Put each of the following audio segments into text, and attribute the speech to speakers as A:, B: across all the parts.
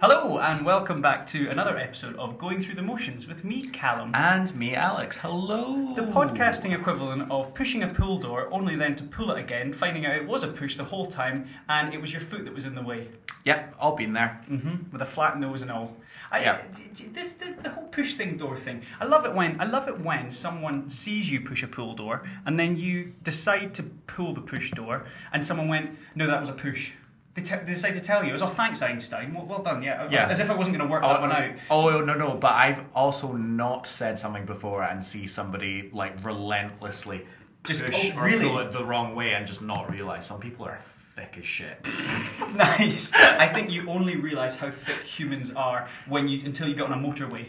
A: Hello, and welcome back to another episode of Going Through the Motions with me, Callum.
B: And me, Alex. Hello.
A: The podcasting equivalent of pushing a pool door, only then to pull it again, finding out it was a push the whole time, and it was your foot that was in the way,
B: Yep, all been there.
A: hmm with a flat nose and all. I,
B: Yeah.
A: d- d- This the, the whole push thing door thing. I love it when I love it when someone sees you push a pool door, and then you decide to pull the push door, and someone went, "No, that was a push." They, te- they decide to tell you. It was, oh, thanks, Einstein. Well, well done, yeah.
B: Yeah.
A: As if I wasn't going to work
B: Oh,
A: that one out.
B: oh, no, no, but I've also not said something before and see somebody like relentlessly
A: Just-
B: push
A: oh,
B: or
A: really?
B: go it the wrong way and just not realise. Some people are thick as shit.
A: Nice. I think you only realise how thick humans are when you until you get on a motorway.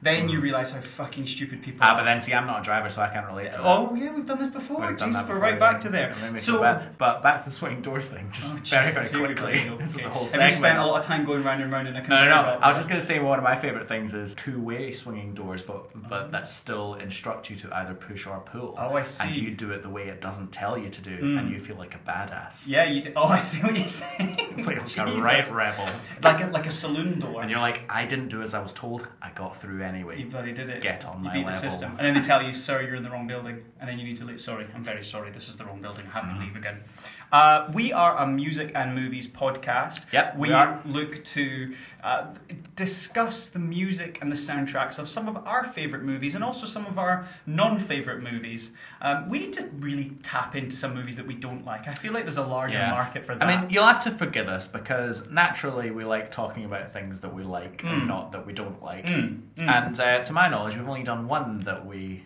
A: Then
B: Mm.
A: you realise how fucking stupid people
B: Ah,
A: are.
B: but then see, I'm not a driver, so I can't relate to that.
A: Oh yeah, we've done this before.
B: We've done
A: Jesus,
B: that
A: we're
B: before,
A: right back
B: yeah.
A: to there.
B: It made me feel
A: So,
B: bad. but back to the swinging doors thing, just
A: Oh,
B: very,
A: Jesus, here
B: very
A: we go.
B: quickly.
A: Okay.
B: This is a whole
A: Have you spent
B: segment.
A: a lot of time going round and round in a
B: No,
A: conveyor
B: no, no.
A: belt?
B: I was just going to say one of my favorite things is two-way swinging doors, but but that still instruct you to either push or pull.
A: Mm. Oh, I
B: And
A: see. Mm.
B: you do it the way it doesn't tell you to do, and you feel like a badass,
A: Yeah, you. Did. Oh, I see what you're saying.
B: like a
A: Jesus.
B: right rebel.
A: Like a, like a saloon door.
B: And you're like, I didn't do as I was told. I got through anyway.
A: You bloody did it.
B: Get on
A: you
B: my
A: beat the
B: level.
A: system. And then they tell you, sorry, you're in the wrong building. And then you need to leave. Sorry, I'm very sorry. This is the wrong building. I have
B: Mm-hmm.
A: to leave again. Uh, we are a music and movies podcast.
B: Yep,
A: We,
B: we are.
A: look to uh, discuss the music and the soundtracks of some of our favourite movies and also some of our non favourite movies. Um, we need to really tap into some movies that we don't like. I feel like there's a larger
B: Yeah.
A: market for that.
B: I mean, you'll have to forgive us because naturally we like talking about things that we like and not that we don't like.
A: Mm, mm.
B: And uh, to my knowledge, we've only done one that we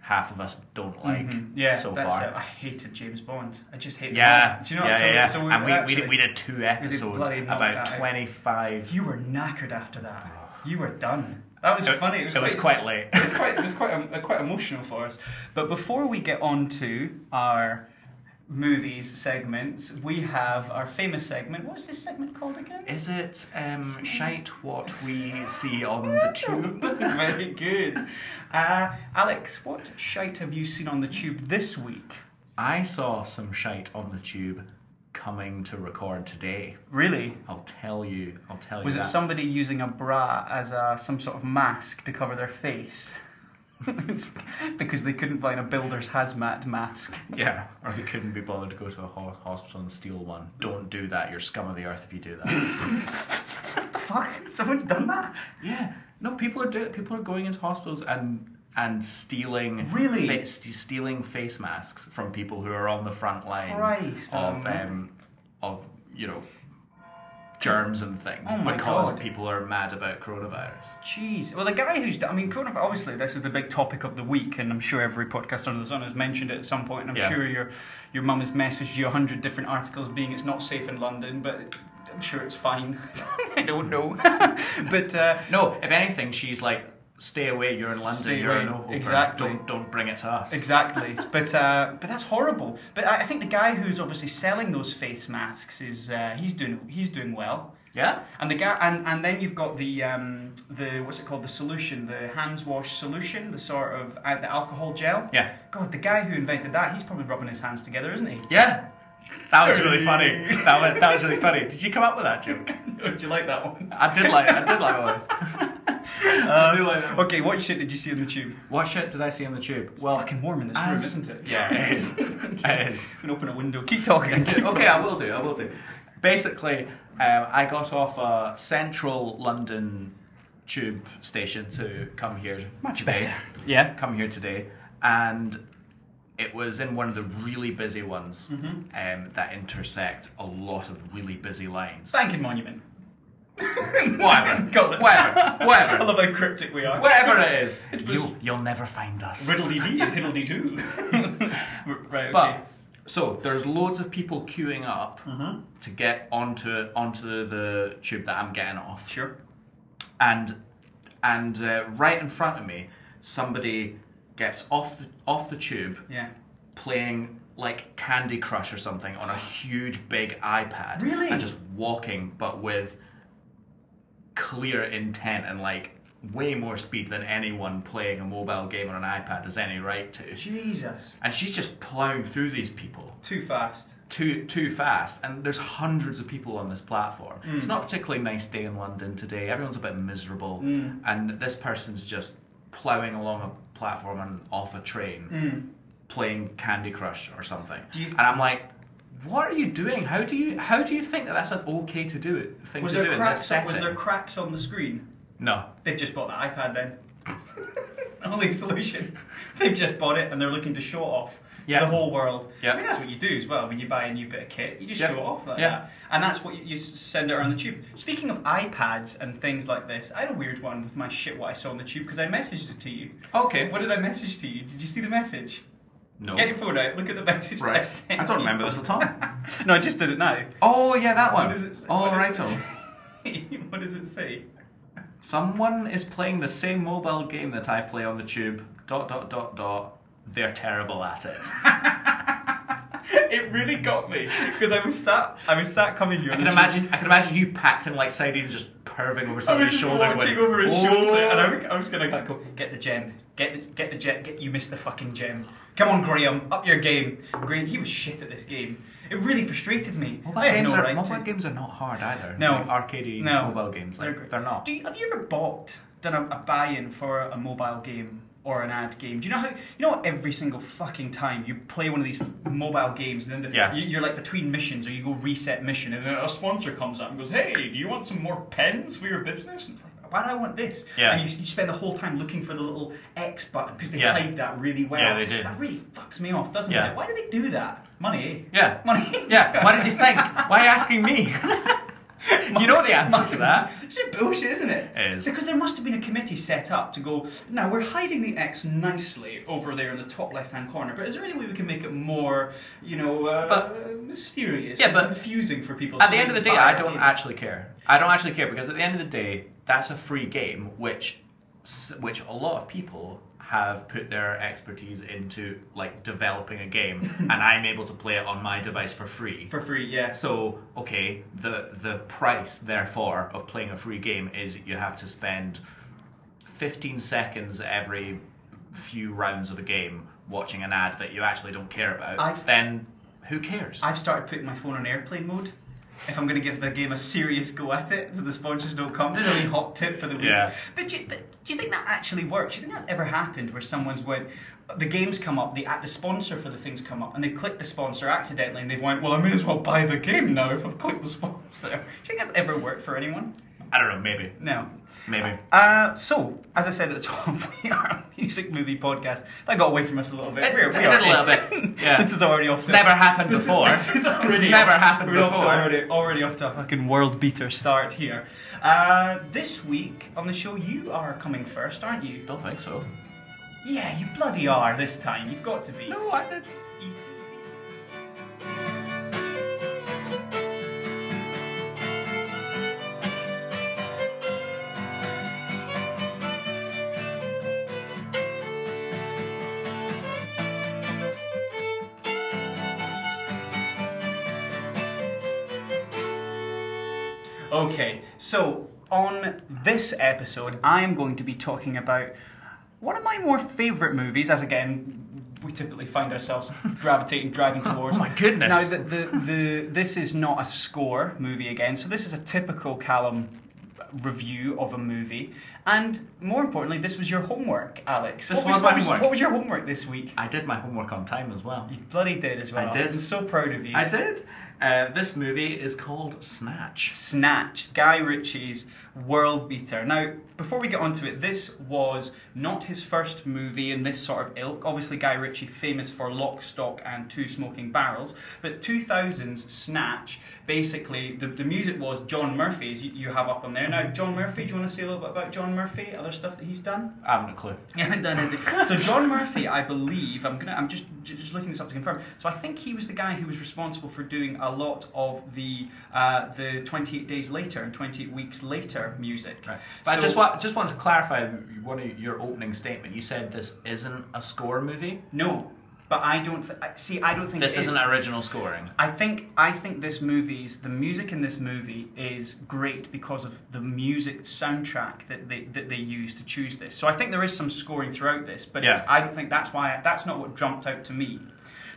B: half of us don't like
A: Mhm. yeah,
B: so
A: that's
B: far.
A: it. I hated James Bond. I just hated
B: Yeah.
A: that. Do you know
B: yeah,
A: what
B: yeah, yeah.
A: so, so
B: and we, we,
A: actually-
B: did, we did two episodes,
A: bloody knock
B: about
A: that out.
B: 25.
A: You were knackered after that. You were done. That was
B: It-
A: funny. Ah. It was, quite,
B: late.
A: It was quite. It was quite. um, uh, quite emotional for us. But before we get on to our movies segments, we have our famous segment. What was this segment called again?
B: Is it um, shite what we see on the tube?
A: Very good. Uh, Alex, what shite have you seen on the tube this week?
B: I saw some shite on the tube coming to record today.
A: Really?
B: I'll tell you. I'll tell
A: Was
B: you.
A: it
B: that.
A: somebody using a bra as a, some sort of mask to cover their face? It's because they couldn't find a builder's hazmat mask.
B: Yeah, or we couldn't be bothered to go to a ho- hospital and steal one. Don't do that. You're scum of the earth if you do that.
A: Fuck, someone's done that?
B: yeah, no, people are do- people are going into hospitals and and stealing
A: Really?
B: fa- st- stealing face masks from people who are on the front line
A: Christ,
B: of
A: almighty.
B: um, of you know germs and things
A: Oh my
B: because
A: God.
B: people are mad about coronavirus.
A: Jeez. Well, the guy who's, I mean, coronavirus, obviously, this is the big topic of the week, and I'm sure every podcast under the sun has mentioned it at some point, and I'm
B: Yeah.
A: sure your, your mum has messaged you a hundred different articles being it's not safe in London, but I'm sure it's fine. I don't know. but, uh,
B: No, if anything, she's like, stay away. You're in London.
A: Stay
B: you're
A: away.
B: a no hoper.
A: Exactly.
B: Don't don't bring it to us.
A: Exactly, but uh, but that's horrible. But I, I think the guy who's obviously selling those face masks is uh, he's doing he's doing well.
B: Yeah.
A: And the guy and, and then you've got the um, the what's it called the solution the hands wash solution the sort of uh, the alcohol gel.
B: Yeah.
A: God, the guy who invented that he's probably rubbing his hands together, isn't he?
B: Yeah. That was really funny. That was, that was really funny. Did you come up with that joke?
A: Do you like that one?
B: I did like I did like one. I do like that.
A: Uh, Okay, what shit did you see in the tube?
B: What shit did I see on the tube? Well,
A: Fucking warm in this room,
B: as-
A: isn't it?
B: Yeah, it is. It is.
A: You can open a window. Keep talking. keep
B: okay, I will do. I will do. Basically, um, I got off a central London tube station to come here.
A: Much
B: today.
A: better. Yeah.
B: Come here today, and it was in one of the really busy ones
A: Mm-hmm.
B: um, that intersect a lot of really busy lines.
A: Banking monument.
B: Whatever.
A: Got it.
B: Whatever.
A: I
B: Whatever.
A: love how cryptic we are.
B: Whatever it is,
A: was-
B: you, you'll never find us.
A: Riddle dee dee and hiddle dee doo. Right. Okay.
B: But so there's loads of people queuing up
A: Mm-hmm.
B: to get onto onto the tube that I'm getting off,
A: sure.
B: and and uh, right in front of me, somebody gets off the, off the tube
A: Yeah.
B: playing like Candy Crush or something on a huge big iPad,
A: Really?
B: and just walking, but with clear intent and like way more speed than anyone playing a mobile game on an iPad has any right to.
A: Jesus.
B: And she's just plowing through these people
A: Too fast.
B: too too fast. And there's hundreds of people on this platform.
A: Mm.
B: It's not a particularly nice day in London today. Everyone's a bit miserable,
A: Mm.
B: and this person's just plowing along a platform and off a train,
A: Mm.
B: playing Candy Crush or something.
A: Do you-
B: and I'm like. What are you doing? How do you how do you think that that's an okay to do thing
A: Was
B: to do
A: there,
B: in this
A: cracks on,
B: setting?
A: was there cracks on the screen?
B: no,
A: They've just bought the iPad then. Only solution. They've just bought it and they're looking to show it off
B: Yeah.
A: to the whole world.
B: Yeah.
A: I mean, that's what you do as well. When you buy a new bit of kit, you just
B: Yeah.
A: show it off like
B: Yeah.
A: that. And that's what you, you s- send out on the tube. Speaking of iPads and things like this, I had a weird one with my shit what I saw on the tube because I messaged it to you.
B: okay,
A: What did I message to you? Did you see the message?
B: no,
A: Get your phone out, look at the message that I
B: right?
A: sent.
B: I don't
A: you.
B: remember this at all.
A: No, I just did it now.
B: Oh yeah, that one.
A: What does it say?
B: Oh
A: what
B: right.
A: Does it say? what does it say?
B: Someone is playing the same mobile game that I play on the tube. Dot dot dot dot. They're terrible at it.
A: it really got me because I was sat, I was sat coming here.
B: I
A: and
B: can
A: I
B: imagine. I can imagine you packed in like sardines, just perving over
A: just- I was
B: somebody's
A: just
B: shoulder. and
A: watching
B: went,
A: over his
B: "Oh."
A: shoulder, and I, was- I was gonna like go get the gem, get the get the gem, get you missed the fucking gem. Come on, Graham, up your game. Graham, he was shit at this game. It really frustrated me.
B: Mobile,
A: I had
B: games,
A: no
B: are,
A: right
B: mobile
A: to.
B: games are not hard either.
A: No.
B: like arcadey
A: No.
B: mobile games. Like,
A: They're
B: they're,
A: great.
B: not.
A: Do you, have you ever bought done a, a buy-in for a mobile game or an ad game? Do you know how you know what every single fucking time you play one of these mobile games and then the,
B: Yeah.
A: you, you're like between missions or you go reset mission and then a sponsor comes up and goes, "Hey, do you want some more pens for your business?" And it's like, "Why do I want this?"
B: Yeah.
A: And you, you spend the whole time looking for the little X button because they
B: Yeah.
A: hide that really well.
B: Yeah, they do.
A: That really fucks me off, doesn't
B: Yeah.
A: it? Why do they do that? Money, eh?
B: Yeah.
A: Money.
B: Yeah. What did you think? Why are you asking me? you know the answer to that.
A: It's just bullshit, isn't it?
B: It is.
A: Because there must have been a committee set up to go, now we're hiding the X nicely over there in the top left hand corner, but is there any way we can make it more, you know, uh, mysterious
B: Yeah,
A: and
B: but-
A: confusing for people?
B: at
A: so
B: the
A: they
B: end of the
A: buy
B: day, I
A: our
B: don't
A: game?
B: actually care. I don't actually care because at the end of the day, that's a free game, which s- which a lot of people have put their expertise into, like developing a game, and I'm able to play it on my device for free.
A: For free, yes.
B: So okay, the the price therefore of playing a free game is you have to spend fifteen seconds every few rounds of a game watching an ad that you actually don't care about.
A: I've-
B: then who cares?
A: I've started putting my phone on airplane mode. If I'm going to give the game a serious go at it, so the sponsors don't come. There's a wee hot tip for the week.
B: Yeah.
A: But, do you, but do you think that actually works? Do you think that's ever happened where someone's went, the games come up, the, the sponsor for the things come up, and they've clicked the sponsor accidentally, and they've went, well, I may as well buy the game now if I've clicked the sponsor. Do you think that's ever worked for anyone?
B: I don't know. Maybe.
A: No.
B: Maybe.
A: Uh, so, as I said at the top, we are a music movie podcast. That got away from us a little bit.
B: It-
A: We're,
B: it
A: we
B: did
A: are
B: a little bit, yeah.
A: this is already off.
B: It's never happened
A: This is-
B: before.
A: this is already
B: it's
A: off-
B: never happened
A: we're off to
B: before.
A: already, already off to a fucking world beater start here. Uh, this week on the show, you are coming first, aren't you?
B: Don't think so.
A: Yeah, you bloody are this time. You've got to be.
B: No, I did.
A: Okay, so on this episode, I'm going to be talking about one of my more favourite movies, as again, we typically find ourselves gravitating, driving towards.
B: Oh my goodness.
A: Now, the, the, the, this is not a score movie again, so this is a typical Callum review of a movie. And more importantly, this was your homework, Alex.
B: This
A: what
B: was
A: what
B: my homework.
A: What was your homework this week?
B: I did my homework on time as well.
A: You bloody did as well.
B: I did.
A: I'm so proud of you.
B: I did. Uh, this movie is called Snatch.
A: Snatched, Guy Ritchie's world beater. Now, before we get onto it, this was not his first movie in this sort of ilk. Obviously, Guy Ritchie famous for Lock, Stock, and Two Smoking Barrels, but 2000's Snatch, basically, the, the music was John Murphy's you, you have up on there. Now, John Murphy, do you want to say a little bit about John Murphy, other stuff that he's done?
B: I haven't a clue.
A: Yeah, I don't know. so John Murphy, I believe, I'm gonna, I'm just ju- just looking this up to confirm. So I think he was the guy who was responsible for doing a lot of the uh, the 28 days later and 28 weeks later music.
B: Right. But
A: So-
B: I just want just want to clarify one of your opening statement. You said this isn't a score movie.
A: No, but I don't th- I- see. I don't think
B: This
A: it is.
B: isn't original scoring.
A: I think I think this movie's the music in this movie is great because of the music soundtrack that they that they use to choose this. So I think there is some scoring throughout this, but it's,
B: Yeah.
A: I don't think that's why that's not what jumped out to me.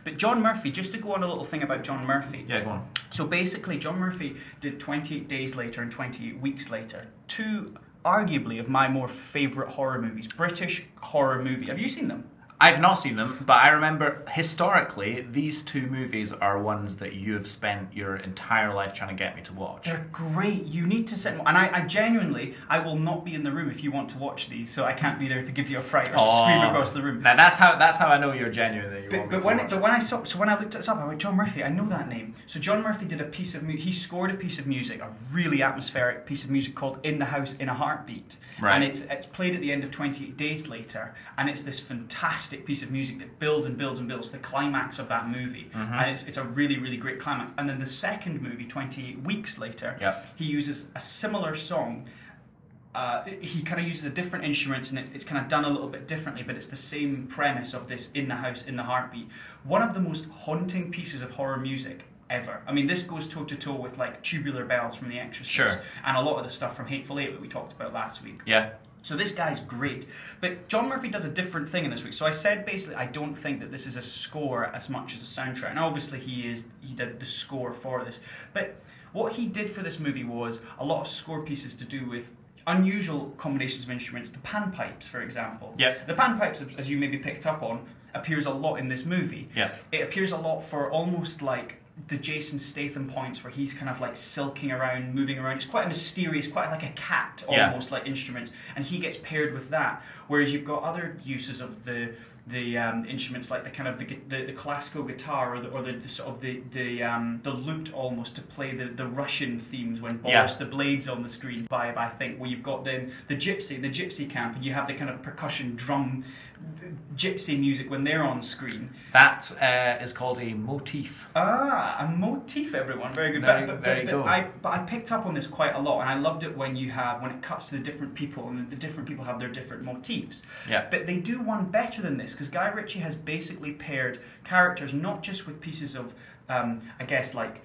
A: But John Murphy, just to go on a little thing about John Murphy.
B: Yeah, go on.
A: So basically, John Murphy did 28 Days Later and 28 Weeks Later, two arguably of my more favourite horror movies, British horror movie. Have you seen them?
B: I've not seen them, but I remember historically these two movies are ones that you have spent your entire life trying to get me to watch.
A: They're great. You need to sit and and I, I genuinely, I will not be in the room if you want to watch these, so I can't be there to give you a fright or
B: Aw.
A: scream across the room.
B: Oh. Now that's how that's how I know you're genuine that you
A: But,
B: want me
A: but
B: to
A: when
B: watch.
A: but when I saw so when I looked this up, I went John Murphy. I know that name. So John Murphy did a piece of mu- he scored a piece of music, a really atmospheric piece of music called "In the House in a Heartbeat,"
B: Right.
A: and it's it's played at the end of Twenty Eight Days Later, and it's this fantastic piece of music that builds and builds and builds the climax of that movie,
B: Mm-hmm.
A: and it's it's a really really great climax. And then the second movie, Twenty Eight Weeks Later,
B: Yep.
A: he uses a similar song uh, he kind of uses a different instruments and it's, it's kind of done a little bit differently, but it's the same premise of this in the house, in the heartbeat. One of the most haunting pieces of horror music ever. I mean, this goes toe to toe with like Tubular Bells from The Exorcist
B: Sure.
A: and a lot of the stuff from Hateful Eight that we talked about last week.
B: yeah,
A: So this guy's great. But John Murphy does a different thing in this week. So I said basically I don't think that this is a score as much as a soundtrack. And obviously he is he did the score for this. But what he did for this movie was a lot of score pieces to do with unusual combinations of instruments, the panpipes, for example.
B: Yep.
A: The panpipes, as you maybe picked up on, appears a lot in this movie
B: yeah.
A: it appears a lot for almost like the Jason Statham points where he's kind of like silking around, moving around. It's quite a mysterious, quite like a cat
B: Yeah.
A: almost like instruments, and he gets paired with that. Whereas you've got other uses of the the um, instruments like the kind of the gu- the, the classical guitar or the, or the, the sort of the the um, the lute almost to play the, the Russian themes when
B: Yeah.
A: Boris the blades on the screen vibe I think where you've got then the gypsy the gypsy camp and you have the kind of percussion drum gypsy music when they're on screen
B: That uh, is called a motif.
A: Ah, a motif, everyone. Very good.
B: There you-
A: but, but,
B: there
A: but,
B: you
A: but
B: go.
A: I but I picked up on this quite a lot, and I loved it when you have when it cuts to the different people, and the different people have their different motifs.
B: Yeah.
A: But they do one better than this because Guy Ritchie has basically paired characters not just with pieces of, um, I guess like.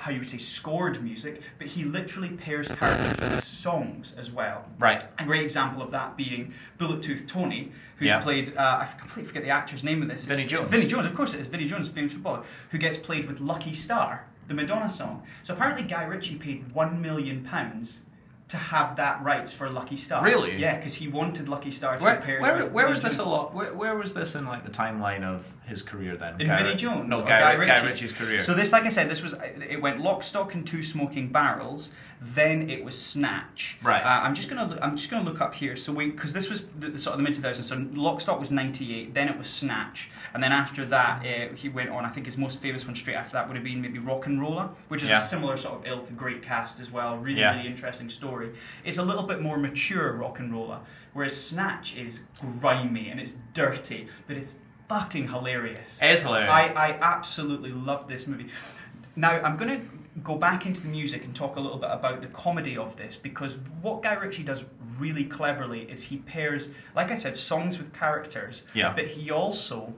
A: How you would say scored music, but he literally pairs characters with songs as well.
B: Right.
A: A great example of that being Bullet Tooth Tony, who's
B: Yeah.
A: played, uh, I completely forget the actor's name of this.
B: Vinnie
A: It's-
B: Jones.
A: Vinnie Jones, of course it is. Vinnie Jones, famous footballer, who gets played with Lucky Star, the Madonna song. So apparently Guy Ritchie paid £1 million pounds to have that rights for Lucky Star.
B: Really?
A: Yeah, because he wanted Lucky Star to
B: Where,
A: be paired
B: where,
A: with
B: where
A: Vinnie
B: was this a
A: Jones.
B: lot? Where, where was this in like the timeline of his career then?
A: In
B: Guy
A: Vinnie
B: Ri-
A: Jones
B: No,
A: or
B: Guy,
A: Guy
B: Ri- Guy
A: Ritchie's?
B: Ritchie's career.
A: So this, like I said, this was it went lock, stock, and two smoking barrels. Then it was snatch.
B: Right.
A: Uh, I'm just gonna loo- I'm just gonna look up here. So we because this was the, the sort of the mid 2000s. So lock, stock was 98. Then it was snatch, and then after
B: Mm-hmm.
A: that uh, he went on. I think his most famous one straight after that would have been maybe rock and roller, which is
B: Yeah.
A: a similar sort of ilk, great cast as well. Really,
B: Yeah.
A: really interesting story. It's a little bit more mature rock and roller, whereas snatch is grimy and it's dirty, but it's fucking hilarious.
B: it is hilarious.
A: I, I absolutely love this movie. Now, I'm going to go back into the music and talk a little bit about the comedy of this because what Guy Ritchie does really cleverly is he pairs, like I said, songs with characters,
B: Yeah.
A: but he also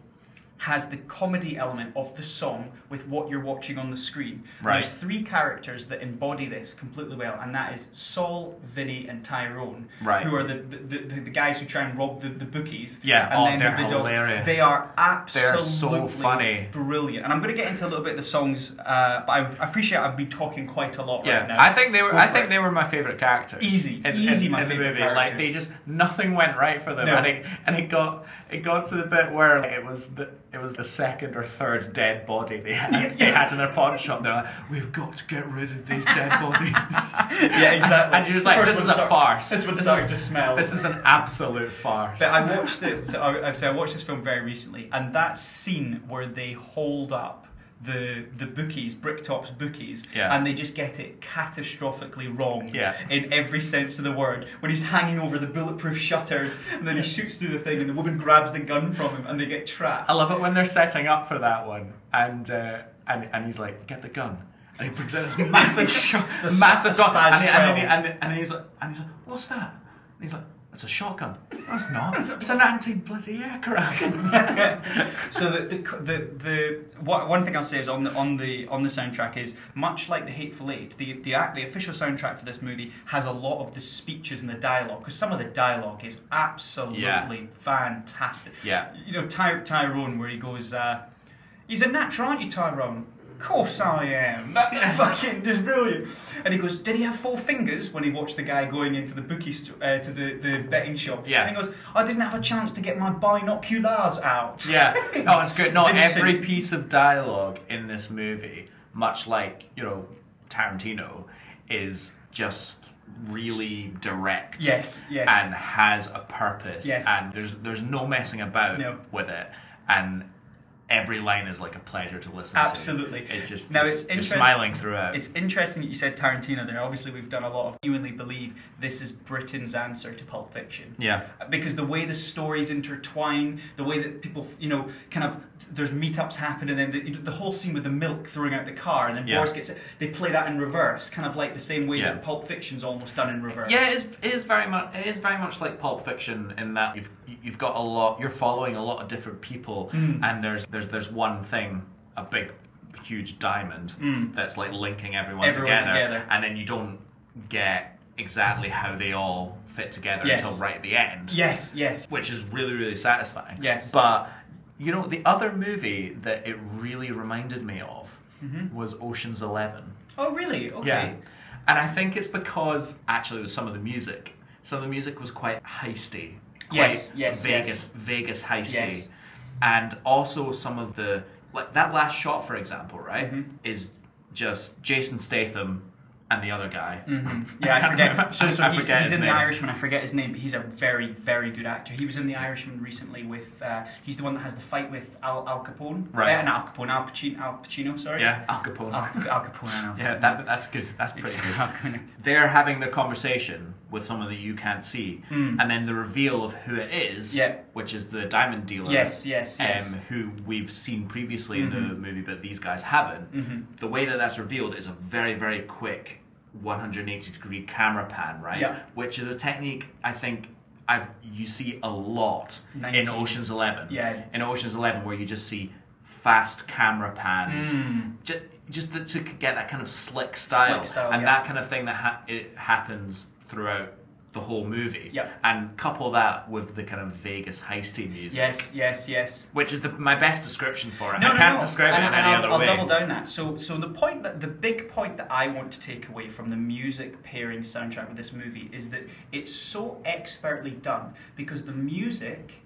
A: has the comedy element of the song with what you're watching on the screen. And
B: Right.
A: There's three characters that embody this completely well, and that is Saul, Vinny, and Tyrone,
B: Right.
A: who are the, the, the, the guys who try and rob the, the bookies.
B: Yeah,
A: and
B: oh,
A: then
B: they're
A: the dogs.
B: hilarious.
A: They are
B: They are
A: absolutely
B: so funny.
A: brilliant. And I'm going to get into a little bit of the songs, uh, but I've, I appreciate I've been talking quite a lot
B: yeah,
A: right now.
B: I think they were.
A: Go
B: I
A: for
B: think
A: it.
B: they were my favorite characters.
A: Easy, easy my
B: the
A: favourite
B: movie. Like they
A: characters.
B: just nothing went right for them,
A: No.
B: and it and it got it got to the bit where like, it was the it was the second or third dead body they had they had in their pawn shop. They're like, we've got to get rid of these dead bodies.
A: yeah, exactly.
B: And you're just
A: The
B: like,
A: first
B: this
A: one
B: is a
A: start-
B: farce.
A: This one
B: This
A: started
B: is-
A: to smell.
B: this is an absolute farce.
A: But I watched it. So I, I- so I watched this film very recently, and that scene where they hold up the the bookies, Bricktop's bookies,
B: Yeah.
A: and they just get it catastrophically wrong
B: Yeah.
A: in every sense of the word. When he's hanging over the bulletproof shutters, and then he shoots through the thing, and the woman grabs the gun from him, and they get trapped.
B: I love it when they're setting up for that one, and uh, and and he's like, "Get the gun," and he brings out this massive, shot,
A: It's a s-
B: massive
A: a
B: gun,
A: Spaz
B: and, he- and,
A: 12.
B: he- and, he- and he's like, and he's like, "What's that?" And he's like, It's a shotgun. That's not. It's, it's an anti-bloody aircraft.
A: so the, the the the what, one thing I'll say is on the on the on the soundtrack is much like the Hateful Eight, the the act the official soundtrack for this movie has a lot of the speeches and the dialogue because some of the dialogue is absolutely fantastic.
B: Yeah.
A: You know Ty- Tyrone where he goes, uh, he's a natural, aren't you, Tyrone? Of course I am. That fucking is brilliant. And he goes, did he have four fingers when he watched the guy going into the bookie st- uh, to the, the betting shop?
B: Yeah.
A: And he goes, I didn't have a chance to get my binoculars out.
B: Yeah. Oh, it's good. No,
A: Vincent.
B: every piece of dialogue in this movie, much like, you know, Tarantino, is just really direct
A: Yes, yes.
B: and has a purpose.
A: Yes.
B: And there's there's no messing about
A: No.
B: with it. And every line is like a pleasure to listen
A: Absolutely.
B: to. It's just
A: Now,
B: now
A: it's
B: it's, you're
A: interest-
B: smiling throughout.
A: it's interesting that you said Tarantino there. Obviously, we've done a lot of genuinely believe this is Britain's answer to Pulp Fiction.
B: yeah.
A: Because the way the stories intertwine, the way that people, you know, kind of, there's meetups happen, and then the, the whole scene with the milk throwing out the car, and then
B: Yeah.
A: Boris gets it. They play that in reverse, kind of like the same way
B: Yeah.
A: that Pulp Fiction's almost done in reverse.
B: Yeah, it is, it is very much it is very much like Pulp Fiction in that you've you've got a lot you're following a lot of different people
A: Hmm.
B: and there's there's there's one thing a big huge diamond
A: Mm.
B: that's like linking everyone,
A: Everyone
B: together,
A: together.
B: and then you don't get exactly how they all fit together
A: Yes.
B: until right at the end
A: Yes, yes.
B: which is really really satisfying.
A: Yes.
B: But you know the other movie that it really reminded me of
A: Mm-hmm.
B: was Ocean's 11.
A: Oh, really? Okay.
B: Yeah. And I think it's because actually with some of the music, some of the music was quite heisty. Quite
A: Yes, yes,
B: Vegas,
A: yes.
B: Vegas heisty.
A: Yes.
B: And also some of the like that last shot, for example, right,
A: Mm-hmm.
B: is just Jason Statham and the other guy.
A: Mm-hmm. Yeah, I forget.
B: remember-
A: So, so
B: I
A: he's,
B: forget
A: he's
B: his
A: in The
B: name.
A: Irishman. I forget his name, but he's a very, very good actor. He was in The Irishman recently with. Uh, he's the one that has the fight with Al, Al Capone.
B: Right.
A: Uh, not Al Capone. Al Pacino. Al Pacino. Sorry.
B: Yeah, Al Capone.
A: Al, Al Capone. I know.
B: yeah, that, that's good. That's pretty
A: It's
B: good.
A: Al Capone.
B: They're having their conversation with someone that you can't see,
A: Mm.
B: and then the reveal of who it is,
A: Yeah.
B: which is the diamond dealer.
A: Yes. Yes. Yes. Mm-hmm.
B: um, who we've seen previously in the movie, but these guys haven't. The way that that's revealed is a very, very quick 180 degree camera pan, right?
A: Yeah.
B: Which is a technique I think I've you see a lot in
A: 90s.
B: Ocean's Eleven.
A: Yeah.
B: In Ocean's Eleven, where you just see fast camera pans. Just, just the, to get that kind of slick style,
A: Mm. Slick style,
B: and
A: yeah.
B: that kind of thing that ha- it happens throughout the whole movie,
A: Yeah.
B: and couple that with the kind of Vegas heisty music,
A: yes. Yes. Yes.
B: which is the, my best description for it.
A: No,
B: I
A: no,
B: can't
A: no.
B: describe
A: and,
B: it
A: and
B: in any
A: I'll,
B: other
A: I'll
B: way.
A: double down that. So, so the point that the big point that I want to take away from the music pairing soundtrack with this movie is that it's so expertly done because the music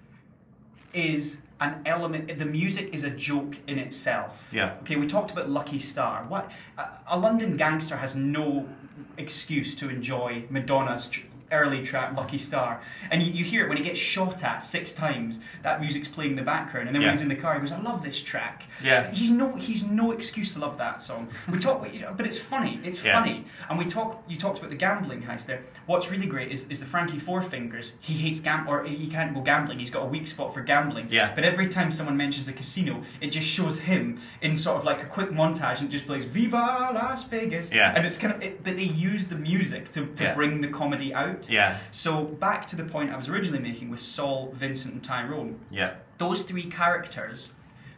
A: is an element. The music is a joke in itself.
B: Yeah.
A: Okay, we talked about Lucky Star. What a, a London gangster has no excuse to enjoy Madonna's tr- early track Lucky Star, and you, you hear it when he gets shot at six times. That music's playing in the background, and then
B: Yeah.
A: when he's in the car, he goes, "I love this track."
B: Yeah.
A: he's no he's no excuse to love that song. We talk, you know, but it's funny. It's
B: Yeah.
A: funny, and we talk. You talked about the gambling heist there. What's really great is, is the Frankie Four Fingers. He hates gam or he can't go gambling. He's got a weak spot for gambling.
B: Yeah.
A: But every time someone mentions a casino, it just shows him in sort of like a quick montage and it just plays "Viva Las Vegas."
B: Yeah.
A: And it's kind of it, but they use the music to, to
B: Yeah.
A: bring the comedy out.
B: Yeah,
A: So back to the point I was originally making with Saul, Vincent, and Tyrone
B: yeah,
A: those three characters,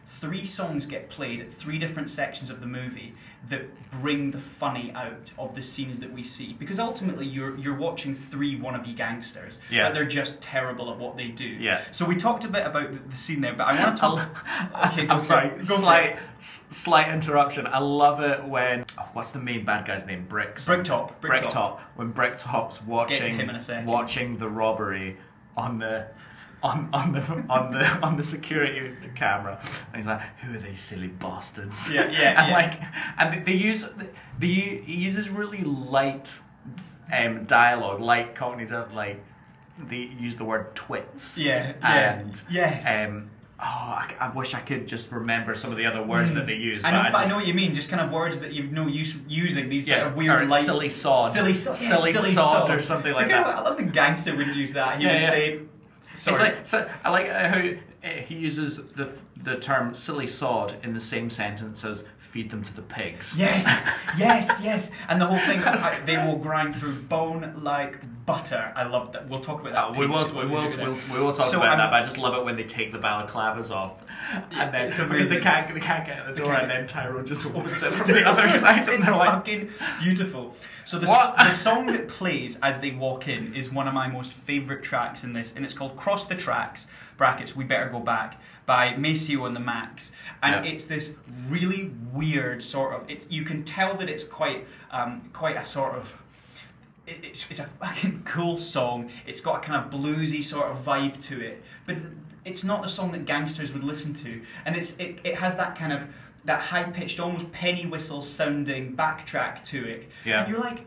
A: three songs get played at three different sections of the movie that bring the funny out of the scenes that we see. Because ultimately, you're you're watching three wannabe gangsters,
B: Yeah.
A: but they're just terrible at what they do.
B: Yeah.
A: So we talked a bit about the, the scene there, but I want to
B: I lo-
A: talk. okay, go
B: I'm
A: for
B: sorry.
A: it. Go for it.
B: slight, s- slight interruption. I love it when oh, what's the main bad guy's name? Bricks.
A: Bricktop. Bricktop.
B: Bricktop. When Bricktop's watching,
A: him in a second.
B: watching the robbery on the. On, on the on the on the security camera, and he's like, "Who are these silly bastards?"
A: Yeah, yeah,
B: and
A: yeah.
B: like, and they, they use they u- he uses really light um, dialogue, light Cockney dialogue, like they use the word twits.
A: Yeah. Yeah.
B: and
A: yes.
B: um, oh, I, I wish I could just remember some of the other um, words that they use.
A: Mm. I know, but
B: just,
A: I know what you mean. Just kind of words that you've no use using. These
B: yeah,
A: that are weird,
B: or
A: like
B: silly sod,
A: silly, so- yeah,
B: silly, sod, or something like
A: You know what?
B: that.
A: I love the gangster wouldn't use that. He
B: Yeah,
A: would
B: yeah.
A: say, "Sorry."
B: It's like so. I like uh, how uh, he uses the the term silly sod in the same sentence as feed them to the pigs.
A: Yes, yes, yes. And the whole thing,
B: That's
A: I- they will grind through bone like butter. I love that. We'll talk about that.
B: Uh, we,
A: piece
B: will,
A: when
B: we,
A: do
B: will,
A: that.
B: we'll, we will talk
A: So,
B: about
A: um,
B: that, but I just love it when they take the balaclavas off. And then,
A: It's
B: because they
A: amazing.
B: can't, they can't get in the door,
A: can't
B: and then Tyrone just opens it
A: Oh, It's
B: from the other side, and
A: it's
B: they're like,
A: fucking beautiful. So the,
B: What?
A: the song that plays as they walk in is one of my most favourite tracks in this, and it's called "Cross the Tracks" (brackets We Better Go Back) by Maceo and the Max, and
B: Yeah.
A: it's this really weird sort of. It's you can tell that it's quite um, quite a sort of. it- It's, it's a fucking cool song. It's got a kind of bluesy sort of vibe to it, but it's not the song that gangsters would listen to, and it's it, it has that kind of that high pitched, almost penny whistle sounding backtrack to it.
B: Yeah.
A: And you're like,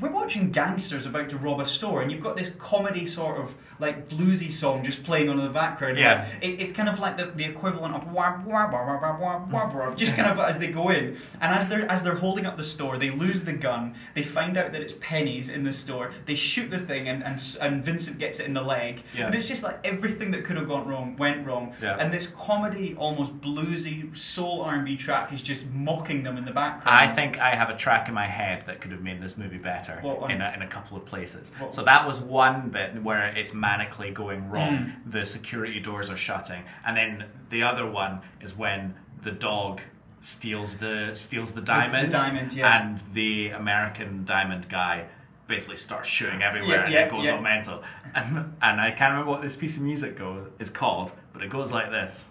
A: we're watching gangsters about to rob a store, and you've got this comedy sort of like bluesy song just playing on in the background.
B: Yeah.
A: It, it's kind of like the, the equivalent of wah wah wah wah wah wah wah wah, just kind of as they go in, and as they're as they're holding up the store, they lose the gun. They find out that it's pennies in the store. They shoot the thing, and and, s- and Vincent gets it in the leg.
B: Yeah.
A: And it's just like everything that could have gone wrong went wrong.
B: Yeah.
A: And this comedy, almost bluesy soul R and B track is just mocking them in the background.
B: I think I have a track in my head that could have made this movie better
A: What one?
B: in a, in a couple of places.
A: What
B: so that was one bit where it's manically going wrong.
A: Hmm.
B: The security doors are shutting, and then the other one is when the dog steals the steals the diamond,
A: diamond, yeah.
B: and the American diamond guy basically starts shooting everywhere
A: Yeah,
B: and
A: yeah,
B: it goes
A: yeah.
B: all mental. And, and I can't remember what this piece of music go, is called, but it goes like this.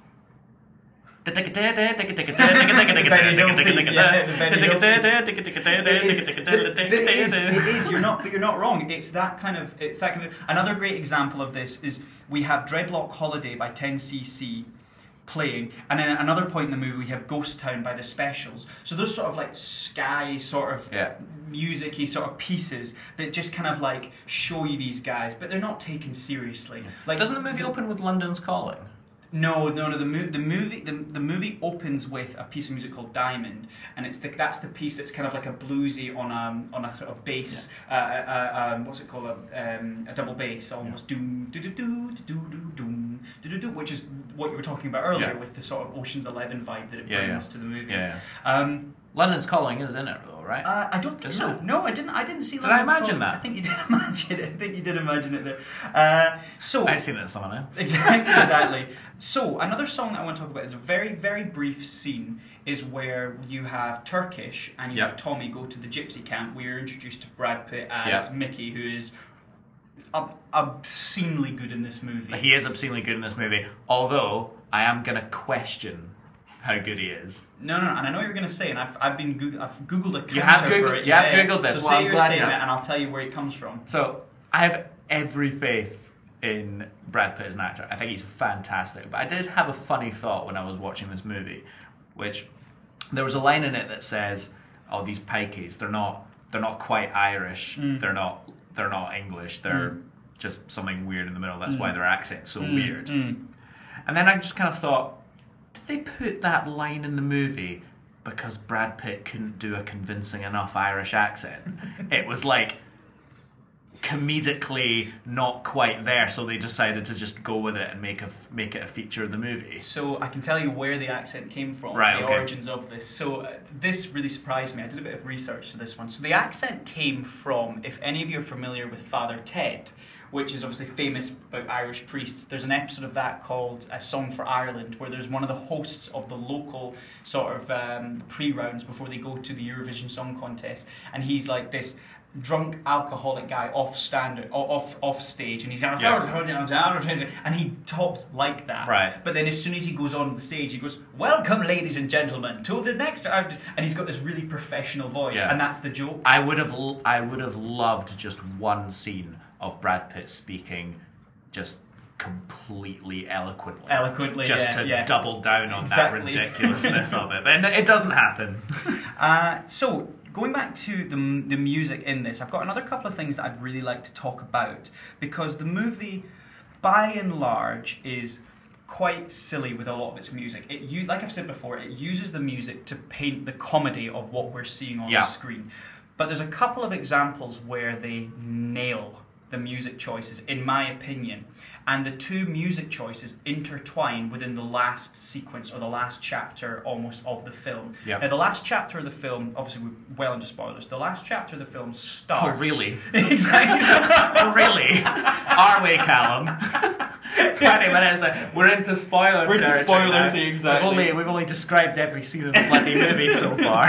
A: It is, but but it is, it is. You're not, but you're not wrong. It's that kind of. It's that kind of. Another great example of this is we have Dreadlock Holiday by 10cc playing, and then at another point in the movie we have Ghost Town by the Specials. So those sort of like sky sort of
B: Yeah.
A: music-y sort of pieces that just kind of like show you these guys, but they're not taken seriously. Like
B: Doesn't the movie open with London's Calling?
A: No, no, no. The, mo- the movie, the, the movie opens with a piece of music called Diamond, and it's the, that's the piece that's kind of like a bluesy on a on a sort of bass. Uh, uh, um, what's it called? A, um, a double bass, almost doom, do do do do do do doom, do do do, which is what you were talking about earlier
B: Yeah.
A: with the sort of Ocean's Eleven vibe that it
B: Yeah, yeah.
A: brings to the movie.
B: Yeah.
A: Um,
B: London's Calling is in it though, right?
A: uh, I don't think
B: Isn't
A: so.
B: it?
A: No, I didn't. I didn't see.
B: Did I
A: London's
B: imagine
A: Calling.
B: that?
A: I think you did imagine it. I think you did imagine it there. Uh, so
B: I've seen it in someone else.
A: Exactly, exactly. So another song that I want to talk about is a very, very brief scene is where you have Turkish and you
B: Yep.
A: have Tommy go to the gypsy camp. We are introduced to Brad Pitt as
B: Yep.
A: Mickey, who is ob- obscenely good in this movie.
B: He is obscenely good in this movie, although I am gonna question how good he is.
A: no, no, no, and I know what you're going to say, and I've, I've been Goog- I've googled a counter
B: You have
A: for
B: Googled-
A: it.
B: you have
A: yeah.
B: Googled this.
A: So
B: Well, I'm
A: say your
B: glad you
A: statement,
B: have.
A: and I'll tell you where it comes from.
B: So I have every faith in Brad Pitt as an actor. I think he's fantastic. But I did have a funny thought when I was watching this movie, which there was a line in it that says, "Oh, these pikeys, they're not, they're not quite Irish. They're not, they're not English. They're just something weird in the middle. That's why their accent's
A: Mm. Hmm,
B: so weird." And then I just kind of thought, did they put that line in the movie because Brad Pitt couldn't do a convincing enough Irish accent? it was like comedically not quite there, so they decided to just go with it and make a make it a feature of the movie.
A: So I can tell you where the accent came from,
B: Right,
A: the
B: okay.
A: origins of this. So uh, this really surprised me. I did a bit of research to this one. So the accent came from, if any of you are familiar with Father Ted, which is obviously famous about Irish priests. There's an episode of that called A Song for Ireland, where there's one of the hosts of the local sort of um, pre-rounds before they go to the Eurovision Song Contest, and he's like this drunk alcoholic guy off standard, o- off off stage, and he's like, and he talks like that.
B: Right.
A: But then as soon as he goes on the stage, he goes, "Welcome, ladies and gentlemen, to the next." round." And he's got this really professional voice,
B: Yeah.
A: and that's the joke.
B: I would have l- I would have loved just one scene of Brad Pitt speaking just completely eloquently.
A: Eloquently,
B: just
A: yeah,
B: to
A: yeah.
B: double down on
A: Exactly.
B: that ridiculousness of it. And it doesn't happen.
A: Uh, so going back to the, the music in this, I've got another couple of things that I'd really like to talk about because the movie, by and large, is quite silly with a lot of its music. It you like I've said before, it uses the music to paint the comedy of what we're seeing on
B: Yeah.
A: screen. But there's a couple of examples where they nail the music choices, in my opinion. And the two music choices intertwine within the last sequence or the last chapter almost of the film.
B: Yeah.
A: Now, the last chapter of the film, obviously, we're well into spoilers. The last chapter of the film starts.
B: Oh, really?
A: exactly.
B: really? Are we, Callum? 20 minutes. in. We're into spoilers.
C: We're into spoilers here, exactly.
B: We've only, we've only described every scene of the bloody movie so far.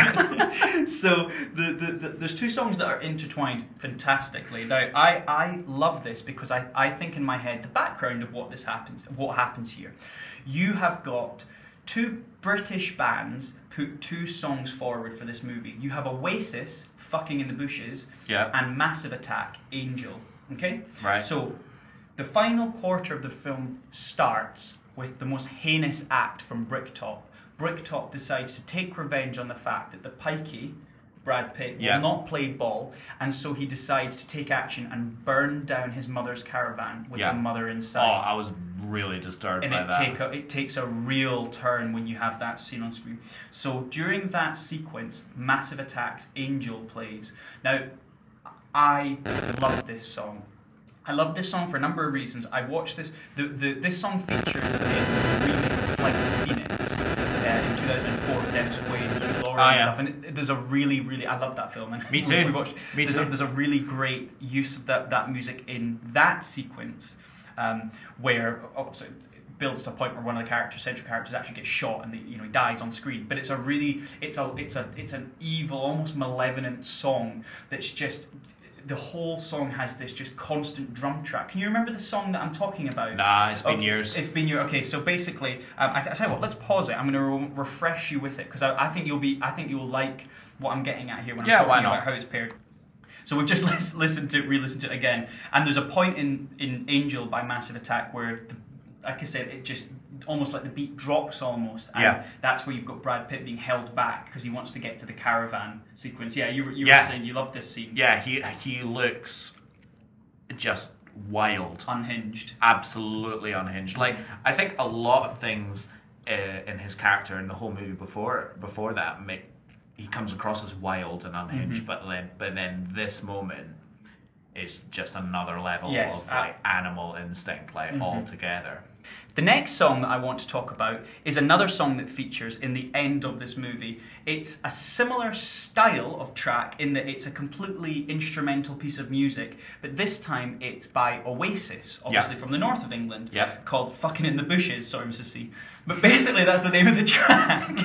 A: so the, the, the, there's two songs that are intertwined fantastically. Now I, I love this because I, I think in my head the background of what this happens of what happens here. You have got two British bands put two songs forward for this movie. You have Oasis fucking in the bushes
B: Yeah.
A: and Massive Attack Angel. Okay?
B: Right.
A: So the final quarter of the film starts with the most heinous act from Bricktop. Bricktop decides to take revenge on the fact that the pikey, Brad Pitt,
B: Yeah.
A: will not play ball, and so he decides to take action and burn down his mother's caravan with
B: Yeah.
A: the mother
B: Oh,
A: inside.
B: I was really disturbed
A: and
B: by
A: it,
B: that.
A: take a, it takes a real turn when you have that scene on screen. So during that sequence, Massive Attack's Angel plays. Now, I love this song. I love this song for a number of reasons. I watched this. The, the this song featured in the remake of Flight of the Phoenix uh, in 2004 with Dennis Quaid, Hugh Laurie,
B: Ah,
A: and
B: yeah.
A: stuff. And it, there's a really, really. I love that film. And
B: Me
A: we-
B: too.
A: We watched,
B: Me
A: there's, A,
B: too.
A: there's a really great use of that, that music in that sequence, um, where obviously it builds to a point where one of the characters, central characters, actually gets shot and the, you know he dies on screen. But it's a really, it's a, it's a, it's an evil, almost malevolent song that's just. The whole song has this just constant drum track. Can you remember the song that I'm talking about?
B: Nah, it's been
A: Okay,
B: years.
A: It's been years. Okay, so basically, um, I, I tell you what. Let's pause it. I'm going to re- refresh you with it because I, I think you'll be. I think you'll like what I'm getting at here when
B: Yeah,
A: I'm
B: why
A: talking about
B: not?
A: how it's paired. So we've just lis- listened to it, re-listened to it again, and there's a point in in Angel by Massive Attack where, the, like I said, it just almost like the beat drops almost, and
B: Yeah.
A: that's where you've got Brad Pitt being held back because he wants to get to the caravan sequence. Yeah, you were, you
B: Yeah.
A: were saying you love this scene.
B: yeah, he he looks just wild.
A: Unhinged.
B: absolutely unhinged. Like I think a lot of things uh, in his character in the whole movie before before that make he comes across as wild and unhinged, but then but then this moment is just another level
A: Yes,
B: of
A: a-
B: like animal instinct, like all together.
A: The next song that I want to talk about is another song that features in the end of this movie. It's a similar style of track in that it's a completely instrumental piece of music, but this time it's by Oasis, obviously from the north of England,
B: Yeah.
A: called Fucking in the Bushes, sorry, Mrs. C. But basically, that's the name of the track.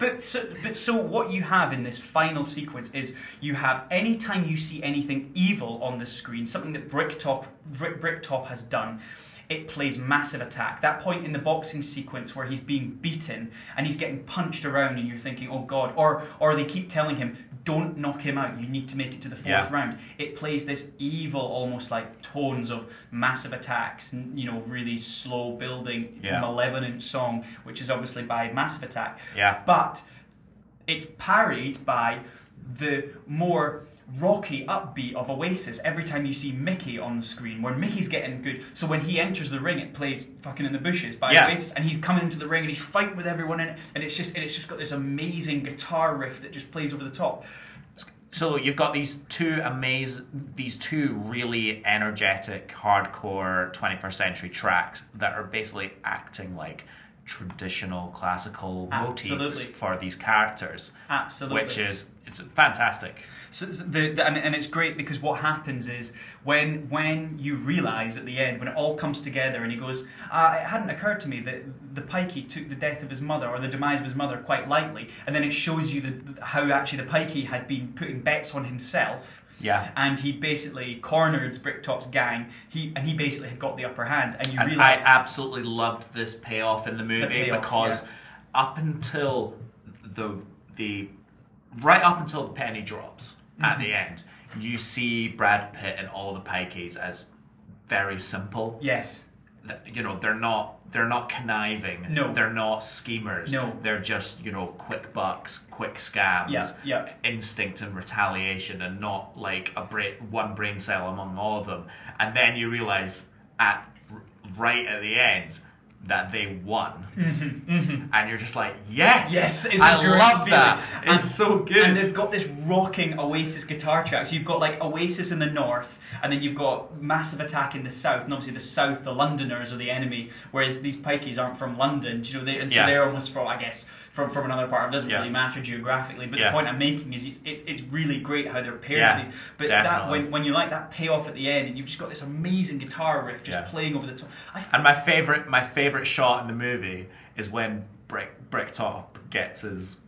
A: but, so, but so, what you have in this final sequence is you have any time you see anything evil on the screen, something that Bricktop, Brick, Bricktop has done, it plays massive attack. That point in the boxing sequence where he's being beaten and he's getting punched around, and you're thinking, oh god, or, or they keep telling him, don't knock him out, you need to make it to the fourth
B: Yeah.
A: round. It plays this evil, almost like tones of massive attacks, and, you know, really slow building,
B: Yeah.
A: malevolent song, which is obviously by Massive Attack.
B: Yeah.
A: But it's parried by the more rocky upbeat of Oasis every time you see Mickey on the screen, where Mickey's getting good. So when he enters the ring, it plays "Fucking in the Bushes" by
B: Yeah.
A: Oasis, and he's coming into the ring and he's fighting with everyone in it, and it's just and it's just got this amazing guitar riff that just plays over the top.
B: So you've got these two amaze these two really energetic hardcore 21st century tracks that are basically acting like traditional classical
A: Absolutely.
B: motifs for these characters.
A: Absolutely.
B: which is it's fantastic.
A: So so the, the and, and it's great because what happens is when when you realise at the end when it all comes together and he goes, uh, it hadn't occurred to me that the pikey took the death of his mother or the demise of his mother quite lightly, and then it shows you the, how actually the pikey had been putting bets on himself.
B: Yeah.
A: And he basically cornered Bricktop's gang. He and he basically had got the upper hand, and you
B: And I
A: realise
B: absolutely loved this payoff in the movie
A: payoff,
B: because
A: yeah.
B: up until the the right up until the penny drops
A: Mm-hmm.
B: at the end, you see Brad Pitt and all the pikeys as very simple.
A: yes,
B: Th- You know, they're not they're not conniving.
A: No.
B: They're not schemers.
A: No.
B: They're just, you know, quick bucks, quick scams,
A: Yeah, yeah.
B: instinct and retaliation and not like a bra- one brain cell among all of them. And then you realize at right at the end that they won, and you're just like, yes,
A: Mm-hmm, Yes, it's
B: I
A: a great
B: love that. It's
A: feeling. And-
B: so good.
A: And they've got this rocking Oasis guitar track. So you've got like Oasis in the north, and then you've got Massive Attack in the south. And obviously, the south, the Londoners are the enemy, whereas these pikeys aren't from London. Do you know? They, and so
B: Yeah.
A: they're almost from, I guess, from, from another part. It doesn't
B: Yeah.
A: really matter geographically. But
B: Yeah.
A: the point I'm making is it's, it's, it's really great how they're paired
B: Yeah,
A: with these. But that
B: definitely.
A: when, when you like that payoff at the end, and you've just got this amazing guitar riff just
B: Yeah.
A: playing over the top. I f-
B: And my favorite, my favorite shot in the movie is when Brick Bricktop gets his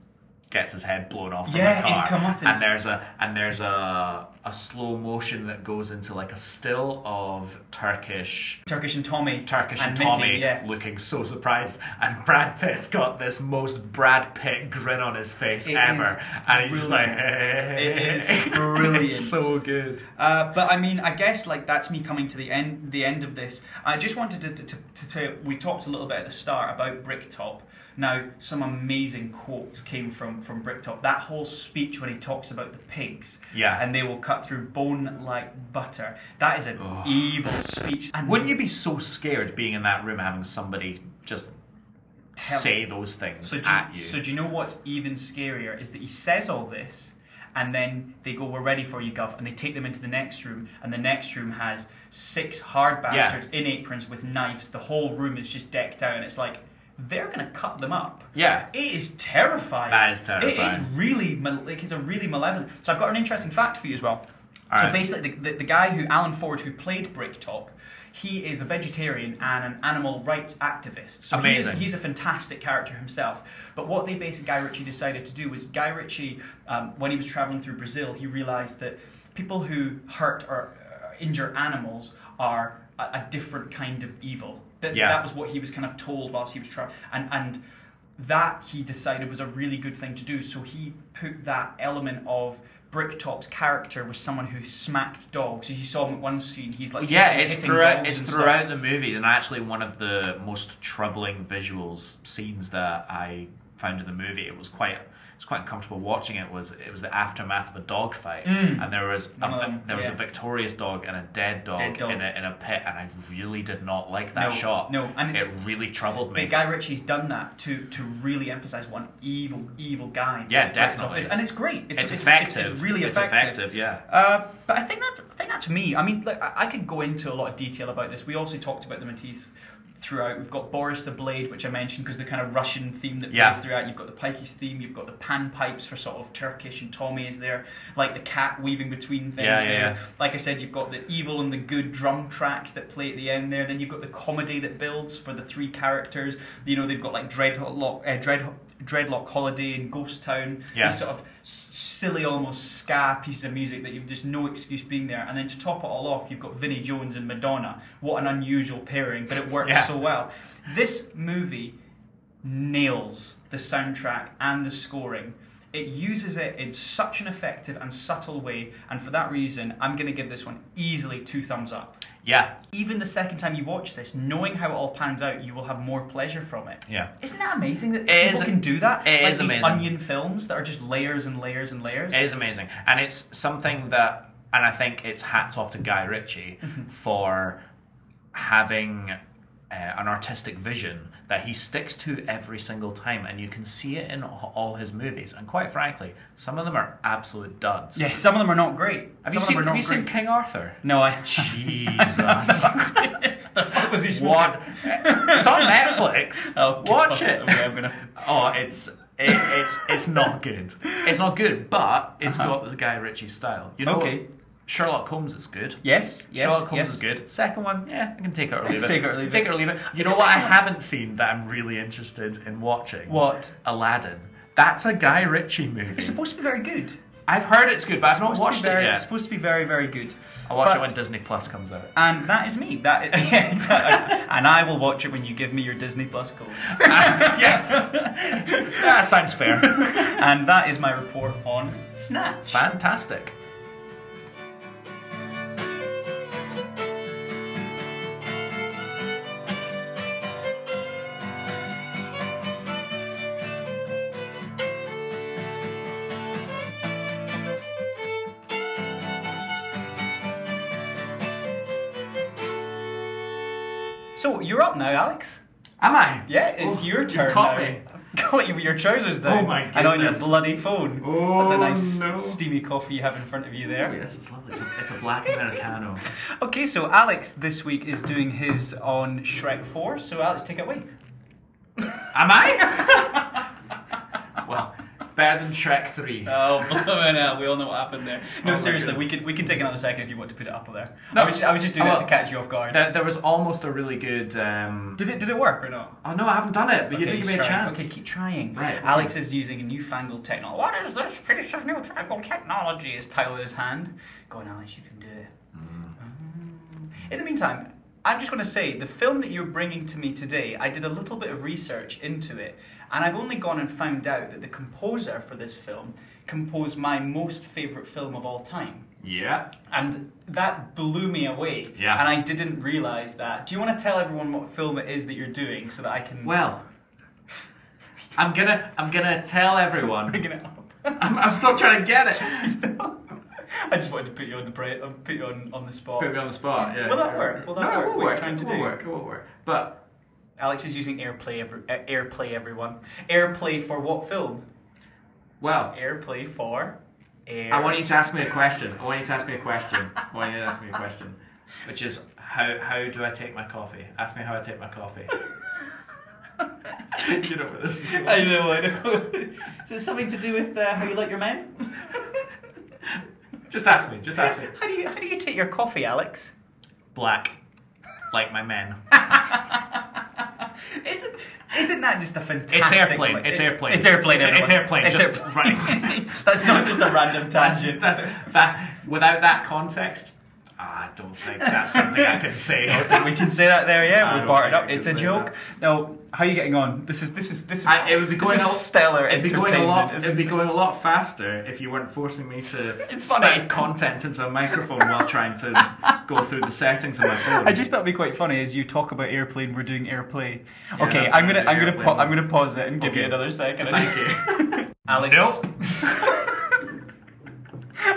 B: gets his head blown off. from
A: Yeah,
B: the
A: his
B: car,
A: comeuppance.
B: And there's a and there's a a slow motion that goes into like a still of Turkish.
A: Turkish and Tommy.
B: Turkish and,
A: Mickey,
B: Tommy
A: yeah.
B: looking so surprised, and Brad Pitt's got this most Brad Pitt grin on his face
A: It is
B: ever, and he's just like,
A: It is brilliant.
B: it's so good.
A: Uh, but I mean, I guess like that's me coming to the end. The end of this. I just wanted to to, to, to tell. We talked a little bit at the start about Bricktop. Now, some amazing quotes came from from Bricktop. That whole speech when he talks about the pigs
B: Yeah.
A: and they will cut through bone like butter. That is an evil speech. And
B: Wouldn't you be so scared being in that room having somebody just
A: Tell-
B: say those things
A: So do,
B: at you?
A: so do you know what's even scarier is that he says all this, and then they go, "We're ready for you, Gov," and they take them into the next room, and the next room has six hard bastards in aprons with knives. The whole room is just decked out, and it's like they're gonna cut them up.
B: yeah.
A: It is terrifying.
B: That is
A: It is
B: terrifying.
A: really mal- like it's a really malevolent. So I've got an interesting fact for you as well.
B: All
A: so
B: right.
A: basically, the, the, the guy who Alan Ford, who played Bricktop, he is a vegetarian and an animal rights activist. So he is-
B: Amazing.
A: he's a fantastic character himself. But what they basically Guy Ritchie decided to do was Guy Ritchie, um, when he was traveling through Brazil, he realized that people who hurt or uh, injure animals are a, a different kind of evil. That,
B: Yeah.
A: that was what he was kind of told whilst he was traveling, and and that he decided was a really good thing to do. So he put that element of Bricktop's character was someone who smacked dogs. As you saw him at one scene, he's like
B: yeah,
A: hitting-
B: it's
A: hitting
B: throughout,
A: dogs
B: it's
A: and stuff.
B: throughout the movie, and actually one of the most troubling visuals scenes that I found in the movie. It was quite, it was quite uncomfortable watching it. Was it was the aftermath of a dog fight,
A: Mm.
B: and there was a,
A: One of them,
B: vic- there was
A: yeah.
B: a victorious dog and a dead dog,
A: Dead dog.
B: in a in a pit, and I really did not like that
A: No,
B: shot.
A: no, and
B: it
A: it's-
B: really troubled me.
A: But Guy Ritchie's done that to to really emphasize one evil, evil guy.
B: Yeah,
A: It's Bricktop.
B: definitely.
A: It's- and it's great.
B: it's,
A: It's,
B: effective.
A: really
B: It's
A: effective.
B: effective. Yeah.
A: Uh, but I think that's I think that's me. I mean, like, I, I could go into a lot of detail about this. We also talked about the Matisse throughout. We've got Boris the Blade, which I mentioned because the kind of Russian theme that
B: Yeah.
A: plays throughout. You've got the Pikes theme. You've got the panpipes for sort of Turkish and Tommy is there, like the cat weaving between things
B: Yeah, yeah,
A: there.
B: yeah.
A: Like I said, you've got the evil and the good drum tracks that play at the end there. Then you've got the comedy that builds for the three characters. You know, they've got like Dreadlock, uh, Dread, Dreadlock Holiday and Ghost Town.
B: Yeah.
A: These sort of s- silly, almost ska pieces of music that you've just no excuse being there. And then to top it all off, you've got Vinnie Jones and Madonna. What an unusual pairing, but it works
B: Yeah.
A: so well. This movie nails the soundtrack and the scoring. It uses it in such an effective and subtle way, and for that reason, I'm going to give this one easily two thumbs up.
B: Yeah.
A: Even the second time you watch this, knowing how it all pans out, you will have more pleasure from it.
B: Yeah.
A: Isn't that amazing that
B: It
A: people
B: is-
A: can do that?
B: it
A: like
B: is
A: these
B: amazing.
A: onion films that are just layers and layers and layers.
B: It is amazing, and it's something that, and I think it's hats off to Guy Ritchie
A: Mm-hmm.
B: for having uh, an artistic vision that he sticks to every single time, and you can see it in a- all his movies. And quite frankly, some of them are absolute duds.
A: yeah, some of them are not great. some
B: Have you
A: of
B: seen
A: them are
B: Have
A: not
B: you seen
A: great.
B: King Arthur?
A: No, I.
B: Jesus.
A: the fuck was he smoking?
B: what? It's on Netflix.
A: Oh,
B: Watch
A: God.
B: it.
A: Okay, I'm gonna have to.
B: Oh, it's it, it's it's not good. It's not good, but it's got the Guy Ritchie style. You know,
A: Uh-huh. Okay.
B: Sherlock Holmes is good.
A: Yes, yes,
B: Sherlock Holmes
A: yes.
B: is good. Second one, yeah, I can take it or leave
A: Let's
B: it.
A: take it or leave
B: Take
A: it.
B: it or leave it. You
A: The
B: know what? I
A: second one-
B: haven't seen that I'm really interested in watching.
A: What?
B: Aladdin. That's a Guy Ritchie movie.
A: It's supposed to be very good.
B: I've heard it's good, but I've not
A: Supposed to be
B: watched
A: very-
B: it
A: It's
B: yet.
A: supposed to be very, very good.
B: I'll watch
A: But-
B: it when Disney Plus comes out.
A: And that is me. That is, yeah, exactly. and I will watch it when you give me your Disney Plus codes.
B: yes, that sounds fair.
A: and that is my report on Snatch.
B: Fantastic.
A: So you're up now, Alex.
B: Am I?
A: Yeah, it's
B: Oh,
A: your
B: you've
A: turn
B: caught
A: now.
B: me.
A: I've Got you with your trousers down
B: Oh my
A: and on your
B: goodness.
A: bloody phone.
B: Oh,
A: That's a nice
B: no.
A: steamy coffee you have in front of you
B: Oh,
A: there.
B: yes, it's lovely. It's a, it's a black Americano.
A: Okay, so Alex this week is doing his on Shrek 4, so Alex, take it away.
B: Am I? well, better than Shrek 3.
A: Oh, blooming hell, we all know what happened there.
B: Oh
A: No,
B: my
A: seriously,
B: goodness.
A: we can, we can take another second if you want to put it up there.
B: No.
A: I, was, I was just doing
B: I
A: that to
B: will.
A: catch you off guard.
B: There, there was almost a really good. Um,
A: Did it, did it work or not?
B: oh no, I haven't done it, but you
A: Okay,
B: did give
A: he's
B: me a
A: trying.
B: chance.
A: Okay, keep trying.
B: Right, okay.
A: Alex is using a newfangled technology. What is this piece of newfangled technology? Is Tyler in his hand? Go on, Alex, you can do it. Mm. In the meantime, I just want to say the film that you're bringing to me today, I did a little bit of research into it, and I've only gone and found out that the composer for this film composed my most favourite film of all time.
B: Yeah.
A: And that blew me away.
B: Yeah.
A: And I didn't realise that. Do you want to tell everyone what film it is that you're doing so that I can
B: Well, I'm gonna I'm gonna tell everyone.
A: bring it up?
B: I'm, I'm still trying to get it.
A: I just wanted to put you on the bra- uh, put you on, on the spot.
B: Put me on the spot. Yeah.
A: Will that work? Will that
B: no,
A: work?
B: It won't
A: What you're
B: work.
A: trying
B: it
A: to
B: won't
A: do?
B: work. It won't work. But
A: Alex is using airplay every- uh, airplay everyone. Airplay for what film?
B: well,
A: Airplay for air.
B: I want you to ask me a question. I want you to ask me a question. I want you to ask me a question, which is how how do I take my coffee? Ask me how I take my coffee. you know what this is.
A: I know, I know. is it something to do with uh, how you like your men?
B: Just ask me. Just ask me.
A: How do you how do you take your coffee, Alex?
B: Black, like my men.
A: Isn't isn't that just a fantastic?
B: It's airplane.
A: like-
B: It's
A: it-
B: airplane.
A: It's airplane.
B: It's, it's
A: everyone.
B: airplane.
A: It's
B: just
A: airplane.
B: right.
A: That's not just a random
B: That's,
A: tangent.
B: that's- that without that context, ah, I don't think that's something I can say.
A: we can say that there,
B: I
A: yeah. We're
B: don't
A: barred
B: think
A: up.
B: I
A: It's a
B: Ah, can say
A: joke. No, how are you getting on? This is this is this is.
B: I- it would be
A: this
B: going
A: is
B: a-
A: stellar.
B: It'd be going a
A: entertainment,
B: lot. It'd
A: isn't
B: be
A: it?
B: going a lot faster if you weren't forcing me to
A: It's
B: spit
A: funny.
B: content into a microphone while trying to go through the settings of my phone.
A: I just thought it'd be quite funny as you talk about airplane. We're doing airplay.
B: Yeah,
A: okay,
B: I'm
A: I'm gonna
B: doing
A: I'm gonna
B: airplane.
A: pa- I'm gonna pause it and give
B: Okay.
A: you another second.
B: Thank you.
A: Alex.
B: Nope.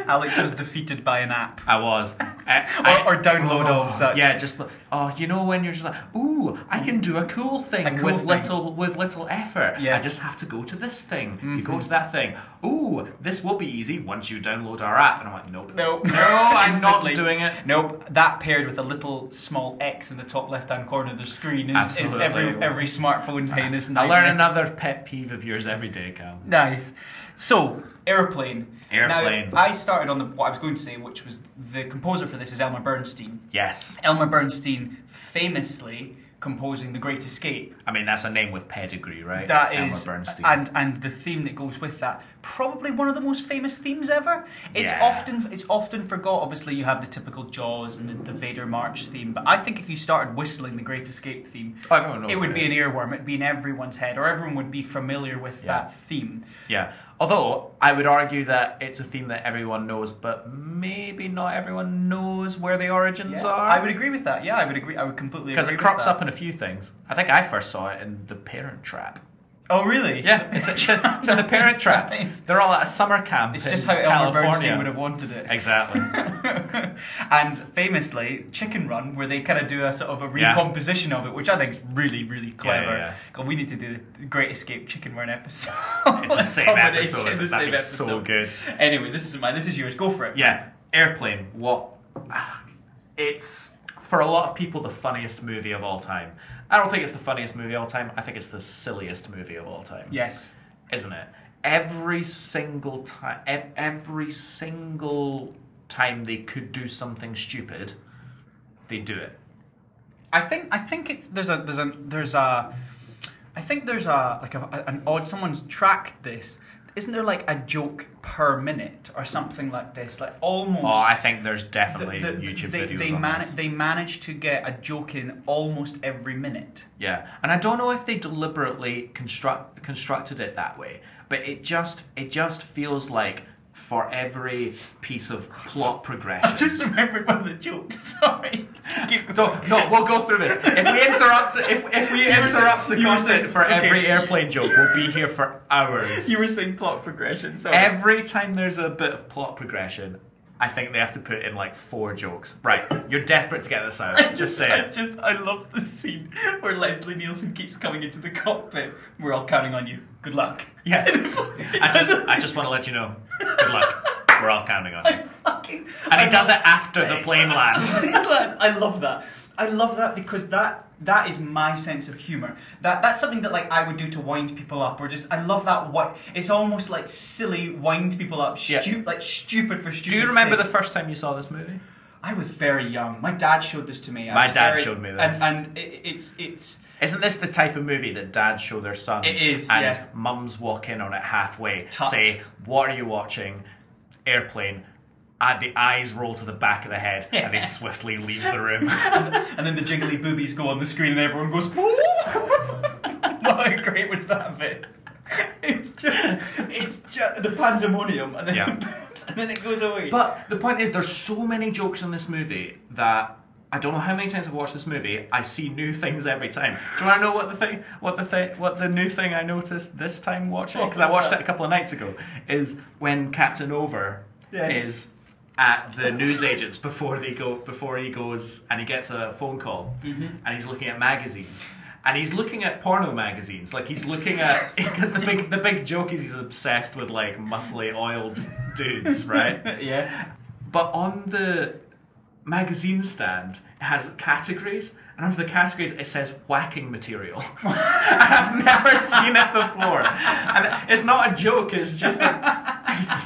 A: Alex was defeated by an app
B: I was. I- I-
A: or, or download
B: Oh,
A: of such.
B: Yeah, just oh, you know when you're just like, ooh, I can do a cool thing
A: A cool
B: with
A: thing.
B: little with little effort.
A: Yeah.
B: I just have to go to this thing. You
A: Mm-hmm.
B: go to that thing. Ooh, this will be easy once you download our app. And I'm like, nope,
A: Nope.
B: no, I'm not
A: Instantly.
B: doing it.
A: Nope, that paired with a little small X in the top left-hand corner of the screen is, is
B: Absolutely. Ah.
A: every every smartphone's heinous
B: I
A: nightmare.
B: learn another pet peeve of yours every day, Cal.
A: Nice. So, airplane.
B: Airplane.
A: Now, I started on the what I was going to say, which was the composer for this is Elmer Bernstein.
B: Yes.
A: Elmer Bernstein famously composing The Great Escape.
B: I mean, that's a name with pedigree, right?
A: That
B: Elmer
A: is,
B: Bernstein.
A: and and the theme that goes with that, probably one of the most famous themes ever. It's
B: Yeah.
A: often it's often forgot. Obviously, you have the typical Jaws and the, the Vader March theme, but I think if you started whistling the Great Escape theme,
B: Oh, everyone knows
A: it would
B: what
A: be an
B: is.
A: earworm. It'd be in everyone's head, or everyone would be familiar with
B: Yeah.
A: that theme.
B: Yeah. Although I would argue that it's a theme that everyone knows, but maybe not everyone knows where the origins
A: Yeah,
B: are.
A: I would agree with that. Yeah, I would agree. I would completely agree.
B: because it
A: with
B: crops
A: that.
B: up in a few things. I think I first saw it in The Parent Trap.
A: Oh, really?
B: Yeah, it's, it's, in, it's in The Parent Trap.
A: It's-
B: They're all at a summer camp.
A: It's
B: in
A: just how Elmer
B: California.
A: Bernstein would have wanted it.
B: Exactly.
A: and famously, Chicken Run, where they kind of do a sort of a
B: Yeah.
A: recomposition of it, which I think is really, really clever.
B: yeah.
A: God, we need to do the Great Escape Chicken Run episode.
B: In the same
A: Combination,
B: episode.
A: the
B: That'd
A: same
B: be so
A: episode.
B: good.
A: Anyway, this is mine. This is yours. Go for it.
B: Yeah, Airplane. What? It's for a lot of people the funniest movie of all time. I don't think it's the funniest movie of all time. I think it's the silliest movie of all time.
A: Yes.
B: isn't it? Every single time, ev- every single time they could do something stupid, they do it.
A: I think I think it's there's a there's a there's a I think there's a like a, an odd someone's tracked this. Isn't there like a joke per minute or something like this? Like almost.
B: Oh, I think there's
A: the-
B: definitely
A: the-
B: YouTube
A: they,
B: videos
A: they
B: on
A: mana-
B: this.
A: They manage to get a joke in almost every minute.
B: Yeah, and I don't know if they deliberately construct constructed it that way, but it just it just feels like for every piece of plot progression.
A: remembered one of the jokes. Sorry. Keep
B: Don't- no, we'll go through this. If we interrupt, if, if we
A: You were
B: interrupt
A: saying-
B: the
A: you were
B: content
A: saying-
B: for
A: okay.
B: every airplane joke, we'll be here for hours.
A: were saying plot progression. Sorry.
B: Every time there's a bit of plot progression, I think they have to put in like four jokes. Right, you're desperate to get this out. Just say
C: I
B: it.
C: just I love the scene where Leslie Nielsen keeps coming into the cockpit. We're all counting on you. Good luck.
B: Yes.
C: It
B: I just,
C: doesn't-
B: I just want to let you know. Good luck. We're all counting on you.
C: I fucking.
B: And
C: I
B: he does
C: love-
B: it after the plane lands.
A: I love that. I love that because that that is my sense of humor. That that's something that like I would do to wind people up, or just I love that. What it's almost like silly wind people up,
B: Yeah.
A: stupid like stupid for stupid.
B: Do you remember
A: sake.
B: the first time you saw this movie?
A: I was very young. My dad showed this to me. I
B: My
A: was
B: dad
A: very-
B: showed me this.
A: and, and it, it's it's
B: Isn't this the type of movie that dads show their sons?
A: It is,
B: And
A: yeah.
B: mums walk in on it halfway,
A: Tut.
B: say, What are you watching? Airplane. And the eyes roll to the back of the head and they swiftly leave the room.
A: and then the jiggly boobies go on the screen and everyone goes. How great was that bit?
C: It's just it's just the pandemonium, and then
B: Yeah.
C: and then it goes away.
B: But the point is, there's so many jokes in this movie that I don't know how many times I've watched this movie. I see new things every time. Do you want to know what the thing, what the thing, what the new thing I noticed this time watching?
C: What
B: Because I
C: was
B: watched
C: that?
B: it a couple of nights ago. Is when Captain Over
C: Yes.
B: is at the newsagents before they go before he goes and he gets a phone call
C: Mm-hmm.
B: and he's looking at magazines. And he's looking at porno magazines, like he's looking at because the big the big joke is he's obsessed with like muscly oiled dudes, right?
A: yeah.
B: But on the magazine stand, it has categories, and under the categories, it says whacking material. and I've never seen it before. And it's not a joke, it's just a. it's-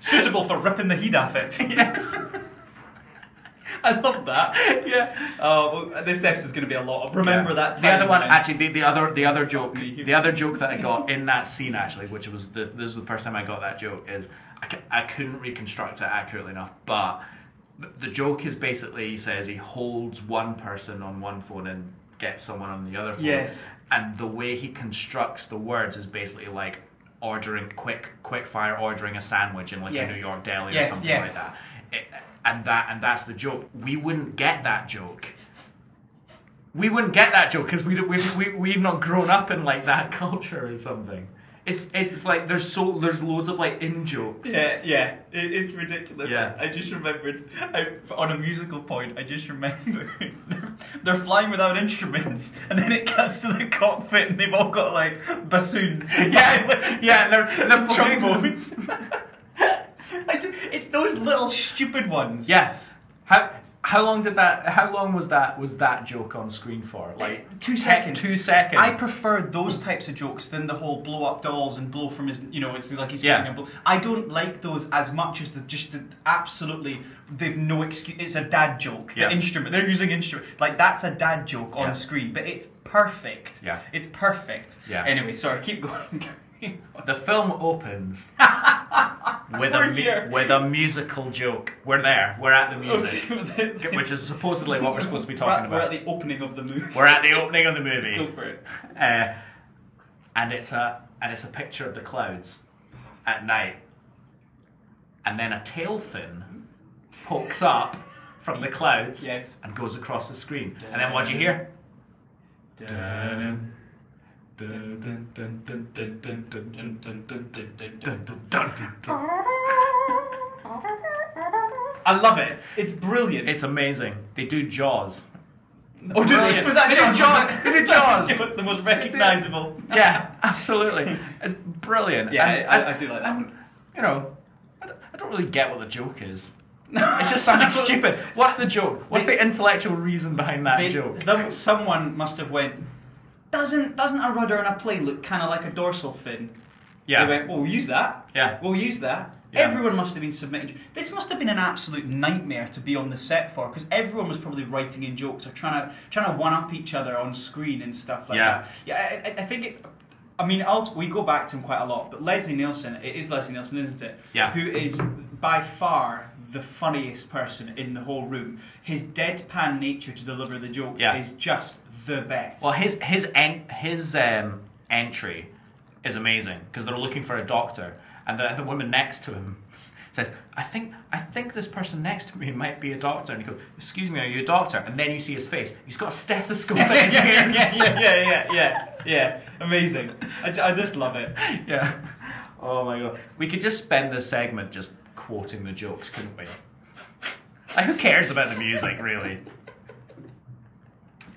A: Suitable for ripping the heat off it.
B: yes.
C: I love that.
B: Yeah.
C: Oh, well, this episode's going to be a lot of remember
B: Yeah.
C: that time.
B: The other one,
C: when-
B: actually, the, the other the other joke,
C: Me.
B: the other joke that I got in that scene actually, which was the this was the first time I got that joke is I, c- I couldn't reconstruct it accurately enough, but th- the joke is basically he says he holds one person on one phone and gets someone on the other phone.
A: Yes.
B: And the way he constructs the words is basically like ordering quick quick fire ordering a sandwich in like
A: Yes.
B: a New York deli
A: Yes,
B: or something
A: yes.
B: like that. It- and that and that's the joke. We wouldn't get that joke we wouldn't get that joke because we, don't- we, we, we've not grown up in like that culture or something. It's, it's like there's so there's loads of like in jokes.
C: Yeah, yeah, it, it's ridiculous.
B: Yeah.
C: I just remembered, I, on a musical point, I just remember they're flying without instruments, and then it cuts to the cockpit, and they've all got like bassoons,
B: yeah, yeah. They're, they're playing-
C: trombones. I ju- it's those little stupid ones.
B: Yeah. How how long did that? How long was that? Was that joke on screen for?
C: Eh,
B: Like
A: Two
B: te-
A: seconds.
B: Two seconds.
A: I prefer those types of jokes than the whole blow up dolls and blow from his, you know, it's like he's
B: Yeah.
A: getting a blow. I don't like those as much as the just the absolutely they've no excuse. It's a dad joke.
B: Yeah.
A: The instrument they're using instrument like that's a dad joke on
B: Yeah.
A: screen, but it's perfect.
B: Yeah.
A: it's perfect.
B: Yeah.
A: Anyway, sorry, keep going.
B: the film opens with
C: We're
B: a mu-
C: here.
B: with a musical joke. We're there. We're at the music,
C: Okay, the- the-
B: which is supposedly what we're supposed to be
C: we're at-
B: talking
C: We're
B: about.
C: at the opening of the movie.
B: we're at the opening of the movie.
C: Go for it.
B: uh, and it's a and it's a picture of the clouds at night, and then a tail fin pokes up from the clouds
C: Yes.
B: and goes across the screen, and then what do you hear?
A: I love it. It's brilliant.
B: It's amazing. They do Jaws.
A: oh, do they?
B: Brilliant.
A: Was that
B: They do
A: Jaws?
B: Jaws. They do Jaws.
C: It was the most recognisable.
B: yeah, absolutely. It's brilliant.
C: Yeah,
B: And-
C: I-
B: and-
C: I do like that
B: and, You know, I don't, I don't really get what the joke is. It's just something stupid. What's the joke? What's the intellectual reason behind that
A: They-
B: joke?
A: them- someone must have went. Doesn't doesn't a rudder on a plane look kind of like a dorsal fin?
B: Yeah,
A: They went. Well, we'll use that.
B: yeah.
A: We'll use that.
B: Yeah.
A: Everyone must have been submitting. This must have been an absolute nightmare to be on the set for, because everyone was probably writing in jokes or trying to trying to one up each other on screen and stuff like
B: Yeah.
A: that. Yeah, I- I, I think it's. I mean, ult- we go back to him quite a lot, but Leslie Nielsen, it is Leslie Nielsen, isn't it?
B: Yeah.
A: Who is by far the funniest person in the whole room. His deadpan nature to deliver the jokes
B: Yeah.
A: is just the best.
B: Well, his his en- his um, entry is amazing because they're looking for a doctor, and the, the woman next to him says, "I think I think this person next to me might be a doctor." And he goes, "Excuse me, are you a doctor?" And then you see his face; he's got a stethoscope in his
A: yeah,
B: ears.
A: yeah, yeah, yeah, yeah, yeah, yeah. Amazing. I, ju- I just love it.
B: Yeah. Oh my god, we could just spend this segment just quoting the jokes, couldn't we? Like, who cares about the music, really?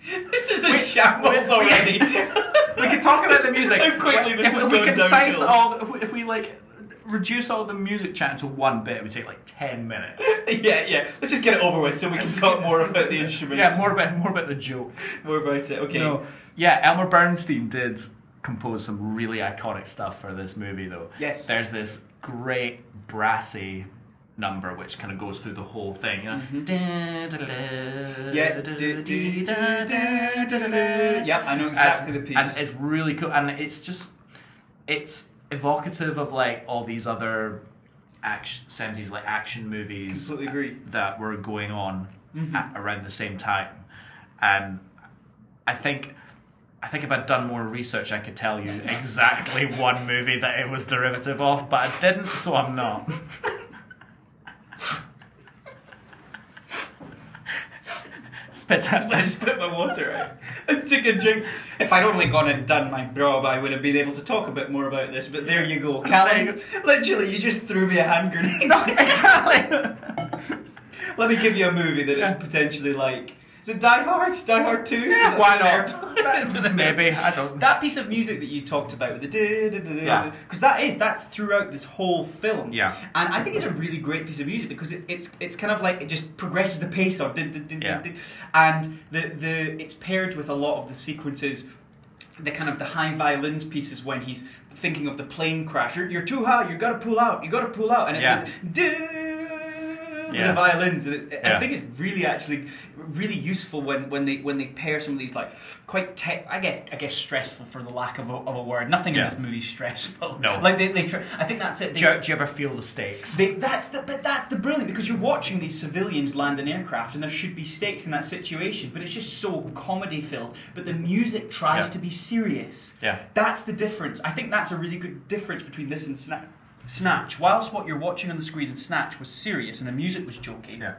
A: This is a shambles already.
B: We can talk about the music.
A: How quickly this
B: if,
A: is
B: if we
A: going
B: concise
A: downhill.
B: all, the, if, we, if we like reduce all the music chat to one bit, it would take like ten minutes.
A: yeah, yeah. Let's just get it over with so we can talk more about the instruments.
B: Yeah, more about more about the jokes.
A: more about it. Okay.
B: No. Yeah, Elmer Bernstein did compose some really iconic stuff for this movie, though.
A: Yes.
B: There's this great brassy number which kind of goes through the whole thing. You know?
A: Mm-hmm. Yeah. du- du- du- du- du- du. Yeah, I know exactly the
B: and,
A: piece.
B: And it's really cool, and it's just it's evocative of like all these other action seventies like action movies.
A: Completely agree.
B: That were going on at, around the same time, and I think. I think if I'd done more research, I could tell you exactly one movie that it was derivative of, but I didn't, so I'm not. Spit out
A: I spit my water out. I took a drink. If I'd only gone and done my job, I would have been able to talk a bit more about this. But there you go, Callum. Literally, you just threw me a hand grenade.
B: No, exactly.
A: Let me give you a movie that is potentially like. Is it Die Hard? Die Hard Two? Is it
B: Why
A: an
B: not?
A: airplane? Is it an
B: Maybe I don't.
A: That piece of music that you talked about with the
B: Yeah.
A: because that is that's throughout this whole film.
B: Yeah.
A: and I think it's a really great piece of music because it, it's it's kind of like it just progresses the pace on, dun, dun, dun,
B: Yeah.
A: dun, dun. and the the it's paired with a lot of the sequences, the kind of the high violins pieces when he's thinking of the plane crash. You're, you're too high. You got to pull out. You got to pull out, and it
B: Yeah.
A: goes. "Dun," With the
B: Yeah.
A: violins, and it's, I
B: Yeah.
A: think it's really actually really useful when, when they when they pair some of these like quite te- I guess I guess stressful for the lack of a, of a word. Nothing
B: Yeah.
A: in this movie's stressful.
B: No.
A: like they, they try, I think that's it.
B: Do
A: They-
B: you, do you ever feel the stakes?
A: they, that's the but that's the brilliant because you're watching these civilians land an aircraft and there should be stakes in that situation, but it's just so comedy filled. But the music tries
B: Yeah.
A: to be serious.
B: Yeah.
A: That's the difference. I think that's a really good difference between this and Snatch. Snatch. Whilst what you're watching on the screen in Snatch was serious and the music was jokey,
B: Yeah.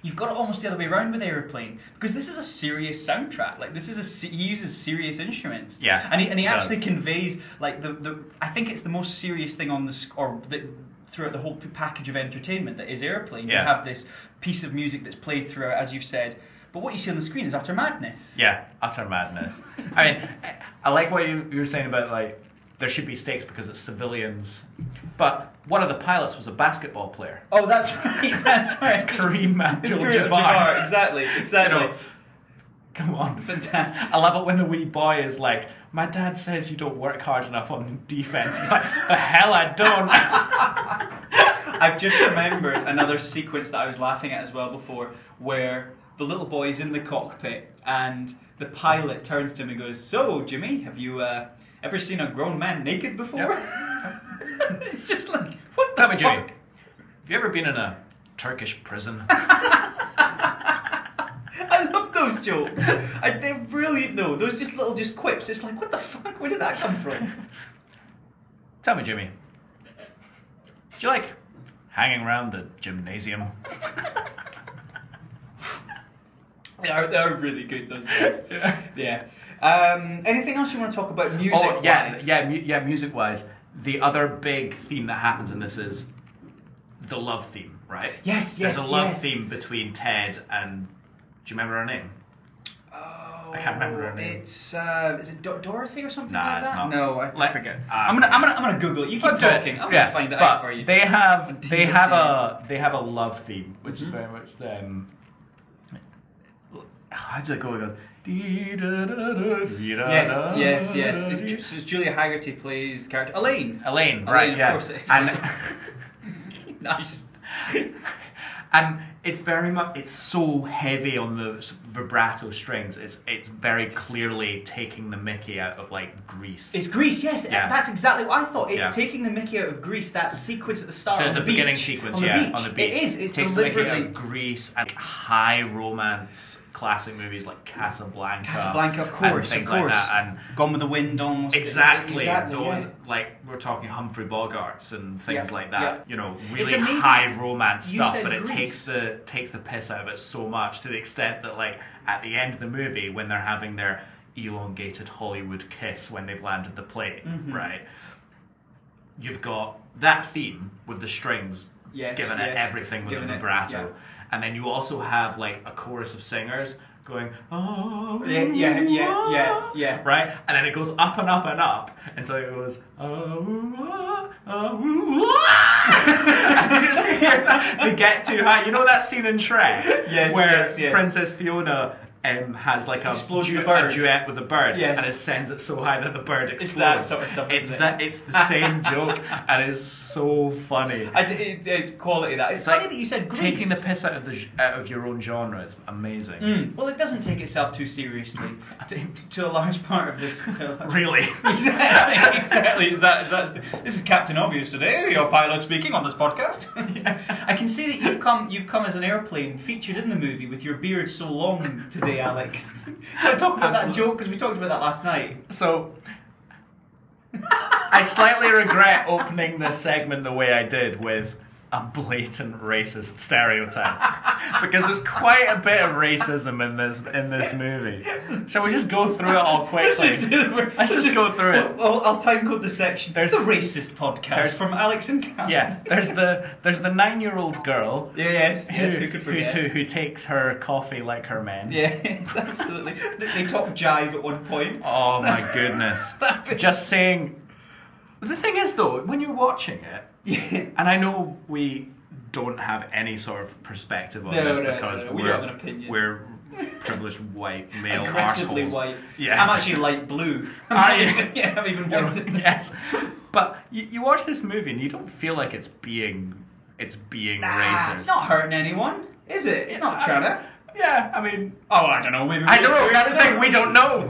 A: You've got it almost the other way around with Aeroplane because this is a serious soundtrack. Like this is a se- he uses serious instruments.
B: Yeah,
A: and he and he
B: he
A: actually
B: does.
A: conveys like the, the I think it's the most serious thing on the sc- or the, throughout the whole p- package of entertainment that is Aeroplane. You
B: Yeah.
A: have this piece of music that's played throughout, as you've said. But what you see on the screen is utter madness.
B: Yeah, utter madness. I mean, I- I like what you, you were saying about like there should be stakes because it's civilians, but one of the pilots was a basketball player,
A: Oh, that's right. That's right.
B: Kareem
A: It's
B: Abdul-Jabbar.
A: Kareem Abdul-Jabbar, Exactly.
B: You
A: Exactly.
B: know, come on.
A: Fantastic.
B: I love it when the wee boy is like, "My dad says you don't work hard enough on defense." He's like, "The hell I don't."
A: I've just remembered another sequence that I was laughing at as well before, where the little boy is in the cockpit and the pilot turns to him and goes, "So, Jimmy, have you uh, ever seen a grown man naked before?" it's just like, what the
B: Tell me,
A: fuck?
B: Jimmy, have you ever been in a Turkish prison?
A: I love those jokes. I, they're brilliant though. Those just little just quips. It's like, what the fuck? Where did that come from?
B: Tell me, Jimmy. Do you like hanging around the gymnasium?
A: They are, they are really good. Those guys. Yeah. Um, anything else you want to talk about music?
B: oh, yeah,
A: wise?
B: yeah, mu- yeah. Music wise, the other big theme that happens in this is the love theme, right?
A: Yes,
B: There's
A: yes,
B: a love
A: yes.
B: theme between Ted and. Do you remember her name?
A: Oh,
B: I can't remember her name.
A: It's uh, is it Do- Dorothy or something
B: Nah,
A: like
B: it's
A: that?
B: not.
A: No, I,
B: Let-
A: forget.
B: uh,
A: I'm gonna, I'm gonna, I'm gonna Google it. You keep
B: I'll do it.
A: talking. I'm
B: Yeah,
A: gonna find it
B: but
A: out for you.
B: They have
A: tease
B: they
A: it
B: have
A: to
B: a they have a love theme, which is very much them. How does it go? It goes.
A: yes, yes,
B: Yes,
A: yes. It's, Ju- so it's Julia Haggerty plays the character Elaine. Elaine,
B: Elaine, right?
A: of
B: yeah,
A: course it is.
B: and
A: nice.
B: and it's very much it's so heavy on the s- vibrato strings. It's it's very clearly taking the Mickey out of like Greece.
A: It's Greece, yes.
B: Yeah.
A: That's exactly what I thought. It's
B: Yeah.
A: taking the Mickey out of Greece. That sequence at the start,
B: the,
A: on
B: the
A: the,
B: beginning
A: beach,
B: sequence,
A: on the
B: yeah,
A: beach.
B: on the beach.
A: It is. It's
B: takes the
A: deliberately
B: Mickey out of Greece and high romance classic movies like Casablanca.
A: Casablanca, of
B: uh, and
A: course, of
B: things like
A: course.
B: that, and-
A: Gone with the Wind, almost.
B: Exactly,
A: exactly.
B: those
A: yeah.
B: like we're talking Humphrey Bogarts and things
A: Yeah,
B: like that.
A: yeah.
B: You know,
A: It's
B: really
A: amazing.
B: high romance
A: You
B: stuff,
A: said
B: but it
A: Grease.
B: takes the takes the piss out of it so much to the extent that like at the end of the movie when they're having their elongated Hollywood kiss when they've
A: Mm-hmm.
B: landed the plane, right? You've got that theme with the strings
A: Yes,
B: giving it
A: yes.
B: everything with
A: Giving
B: a
A: it-
B: vibrato.
A: yeah.
B: And then you also have like a chorus of singers going, oh,
A: Yeah, yeah, yeah, yeah, yeah.
B: Right? And then it goes up and up and up until it goes, oh, ah, oh, ah. and you just hear that, they get too high. You know that scene in Shrek?
A: Yes,
B: where
A: yes, yes.
B: Princess Fiona. Um, has like a,
A: Explodes the
B: a
A: bird.
B: duet with a bird,
A: Yes.
B: and it sends it so high that the bird explodes.
A: It's that sort of stuff,
B: It's
A: isn't it?
B: that. It's the same joke, and it's so funny.
A: I d- it, it's quality that. It's,
B: It's
A: funny
B: like
A: that you said Greece.
B: Taking the piss out of the g- out of your own genre is amazing.
A: Mm, well, it doesn't take itself too seriously. to, to a large part of this. To a large
B: Really,
A: exactly, exactly. Is that, is that, this is Captain Obvious today, your pilot speaking on this podcast. I can see that you've come you've come as an airplane featured in the movie with your beard so long today, Alex. Can I talk about that
B: Absolutely.
A: joke? Because we talked about that last night.
B: so I slightly regret opening this segment the way I did with a blatant racist stereotype because there's quite a bit of racism in this in this movie. Shall we just go through it all
A: Let's just,
B: quickly?
A: do the-
B: Let's just go through it.
A: I'll, I'll time code the section.
B: There's-
A: the racist podcast
B: there's-
A: from Alex and Cam.
B: Yeah, there's the there's the nine year old girl
A: Yes, yes, who, could
B: who,
A: forget?
B: too, who takes her coffee like her men.
A: Yes, absolutely. they, they talk jive at one point.
B: Oh my goodness.
A: That bit-
B: Just saying. The thing is, though, when you're watching it,
A: Yeah.
B: and I know we don't have any sort of perspective on
A: No,
B: this
A: no, no,
B: because
A: no,
B: we're,
A: we don't have an opinion.
B: we're privileged white male
A: aggressively
B: arseholes.
A: white.
B: Yes.
A: I'm actually light blue.
B: Are you?
A: yeah, I'm even
B: You're-
A: whiter.
B: yes. But you, you watch this movie and you don't feel like it's being it's being
A: Nah,
B: racist.
A: it's not hurting anyone, is it? It's not
B: I-
A: trying to.
B: Yeah, I mean,
A: Oh, I don't know. Maybe
B: I don't know. That's the thing. We don't know.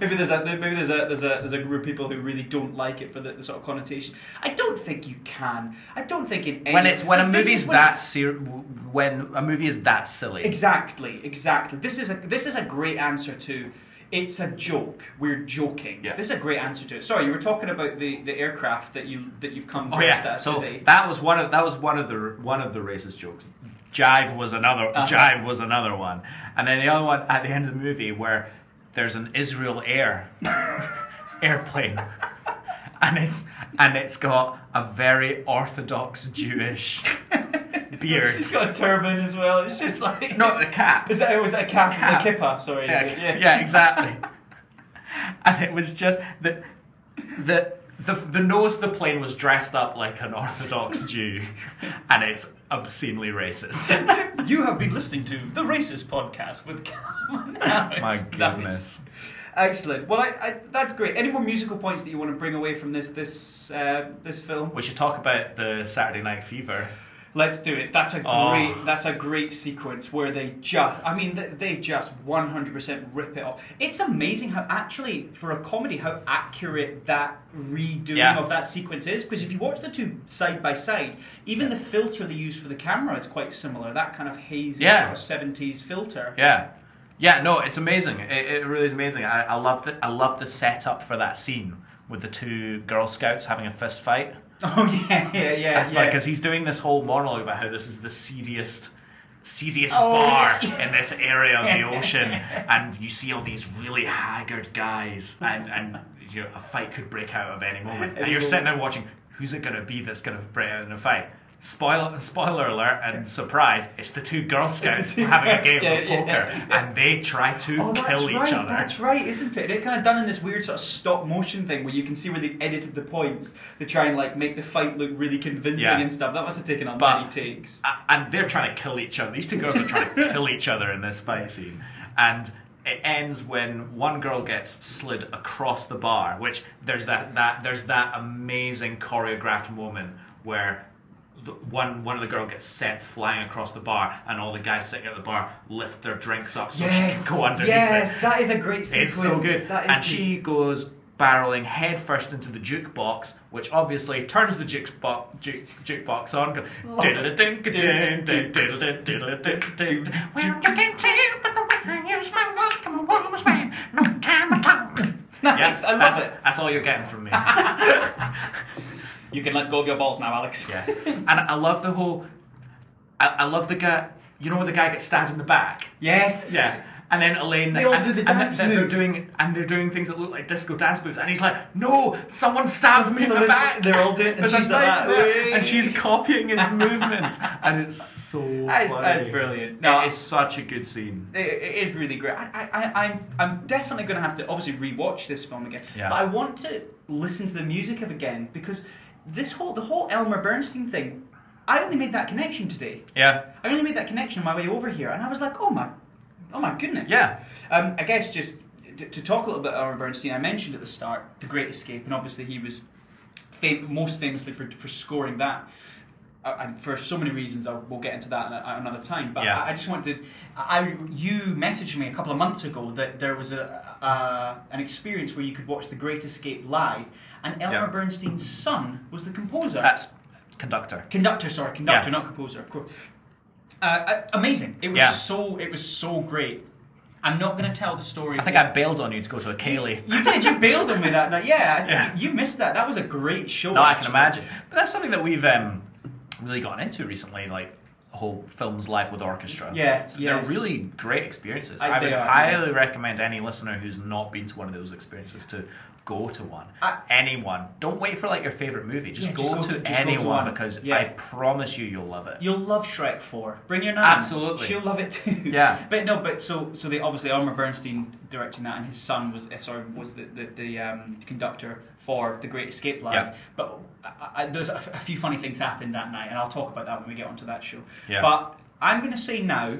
A: maybe there's a maybe there's a there's a there's a group of people who really don't like it for the, the sort of connotation. I don't think you can. I don't think in any,
B: when it's when a
A: This is
B: movie's
A: when it's-
B: that ser- when a movie is that silly.
A: Exactly, exactly. This is a this is a great answer to. It's a joke. We're joking.
B: Yeah.
A: This is a great answer to it. Sorry, you were talking about the, the aircraft that you that you've come
B: Oh
A: dressed
B: yeah.
A: as
B: So
A: today.
B: that was one of that was one of the one of the racist jokes. Jive was another.
A: Uh-huh.
B: Jive was another one, and then the other one at the end of the movie where there's an Israel Air airplane, and it's and it's got a very orthodox Jewish beard.
A: She's got a turban as well. It's just like
B: Not a cap.
A: Is that was that a cap?
B: It's a cap.
A: Is it a kippa? Sorry. is
B: Yeah,
A: it? Yeah.
B: yeah, exactly. and it was just that the, the the nose of the plane was dressed up like an Orthodox Jew, and it's obscenely racist.
A: You have been listening to the Racist Podcast with Cam. and Alex.
B: My
A: Nice.
B: goodness.
A: Excellent. Well, I, I, that's great. Any more musical points that you want to bring away from this this uh, this film?
B: We should talk about the Saturday Night Fever.
A: Let's do it. That's a
B: Oh.
A: great. That's a great sequence where they just. I mean, th- they just one hundred percent rip it off. It's amazing how actually for a comedy how accurate that redoing
B: Yeah.
A: of that sequence is. Because if you watch the two side by side, even the filter they use for the camera is quite similar. That kind of hazy
B: Yeah.
A: sort of seventies filter.
B: Yeah. Yeah, no, it's amazing. It, it really is amazing. I, I loved it. I love the setup for that scene with the two Girl Scouts having a fist fight.
A: Oh yeah, yeah, yeah.
B: That's
A: yeah.
B: because he's doing this whole monologue about how this is the seediest, seediest
A: Oh,
B: bar
A: yeah.
B: in this area of the ocean, and you see all these really haggard guys, and and you know, a fight could break out of any moment, and
A: Any
B: you're
A: moment.
B: sitting there watching. Who's it gonna be that's gonna break out in a fight? Spoiler, spoiler alert, and surprise! It's the two Girl Scouts
A: two
B: having a
A: Girl
B: game
A: Scouts,
B: of
A: yeah,
B: poker,
A: yeah.
B: and they try to
A: Oh, that's
B: kill each
A: right.
B: other.
A: That's right, isn't it? And it's kind of done in this weird sort of stop motion thing where you can see where they've edited the points to try and like make the fight look really convincing
B: Yeah.
A: and stuff. That must have taken on
B: But-
A: many takes.
B: A- and they're trying to kill each other. These two girls are trying to kill each other in this fight scene, and it ends when one girl gets slid across the bar. Which there's that that there's that amazing choreographed moment where. the- One one of the girl gets sent flying across the bar, and all the guys sitting at the bar lift their drinks up so she can go underneath
A: yes,
B: it.
A: that is a great sequence.
B: It's so good.
A: That is
B: and she goes barreling headfirst into the jukebox, which obviously turns the jukebox juke, jukebox on. Go,
A: Love it.
B: "Diddle-a-ding-a-ding, diddle-a-diddle-a-ding-a-ding." Well, you can tell by the way I use my walk, I'm a woman's man, no time at all. Yeah,
A: Nice, I love
B: that's,
A: it.
B: That's all you're getting from me.
A: You can let go of your balls now, Alex.
B: yes, and I love the whole. I, I love the guy. You know when the guy gets stabbed in the back.
A: Yes.
B: Yeah. And then Elaine,
D: They all
B: and,
D: do the
B: and
D: dance
B: then they're
D: move.
B: doing and they're doing things that look like disco dance moves, and he's like, "No, someone stabbed me in
D: So
B: the
D: it's-
B: back."
D: They're all doing, and
B: But
D: she's
B: that's nice,
D: like that.
B: yeah. and she's copying his movements, and it's so
A: That's,
B: funny.
A: that's brilliant. No,
B: No, it's such a good scene.
A: It, it is really great. I, I, I, I'm, I'm definitely going to have to obviously rewatch this film again.
B: Yeah.
A: But I want to listen to the music of again because this whole the whole Elmer Bernstein thing. I only made that connection today.
B: Yeah,
A: I only made that connection on my way over here, and I was like, oh my, oh my goodness.
B: Yeah.
A: Um, I guess just to, to talk a little bit about Elmer Bernstein, I mentioned at the start The Great Escape, and obviously he was fam- most famously for, for scoring that. Uh, and for so many reasons, I, we'll get into that an- uh, another time. But
B: Yeah.
A: I, I just wanted, I you messaged me a couple of months ago that there was a, uh, an experience where you could watch The Great Escape live, and Elmer
B: Yeah. Uh,
A: Bernstein's son was the composer.
B: that's conductor.
A: Conductor, sorry, conductor,
B: Yeah.
A: not composer, of course. Uh, uh, amazing. It was
B: Yeah.
A: so. It was so great. I'm not going to tell the story.
B: I think I bailed on you to go to a Kaylee.
A: You did. You bailed on me that night. Yeah, I-
B: Yeah.
A: You missed that. That was a great show.
B: No, I can
A: actually.
B: imagine. But that's something that we've um, really gotten into recently, like the whole films live with orchestra.
A: Yeah,
B: So
A: yeah.
B: They're really great experiences.
A: I-
B: I,
A: they
B: would
A: are,
B: highly recommend any listener who's not been to one of those experiences to go to one.
A: I-
B: Anyone. Don't wait for like your favorite movie. Just,
A: Yeah,
B: go,
A: just go
B: to,
A: to- just go to
B: anyone
A: one.
B: because
A: Yeah.
B: I promise you you'll love it.
A: You'll love Shrek Four. Bring your nan.
B: Absolutely.
A: She'll love it too.
B: Yeah.
A: But no. But so so they obviously Elmer Bernstein directing that, and his son was eh, sorry was the the, the um, conductor for The Great Escape Live.
B: Yeah.
A: But I, I, there's a, f- a few funny things happened that night, and I'll talk about that when we get onto that show.
B: Yeah.
A: But I'm going to say now.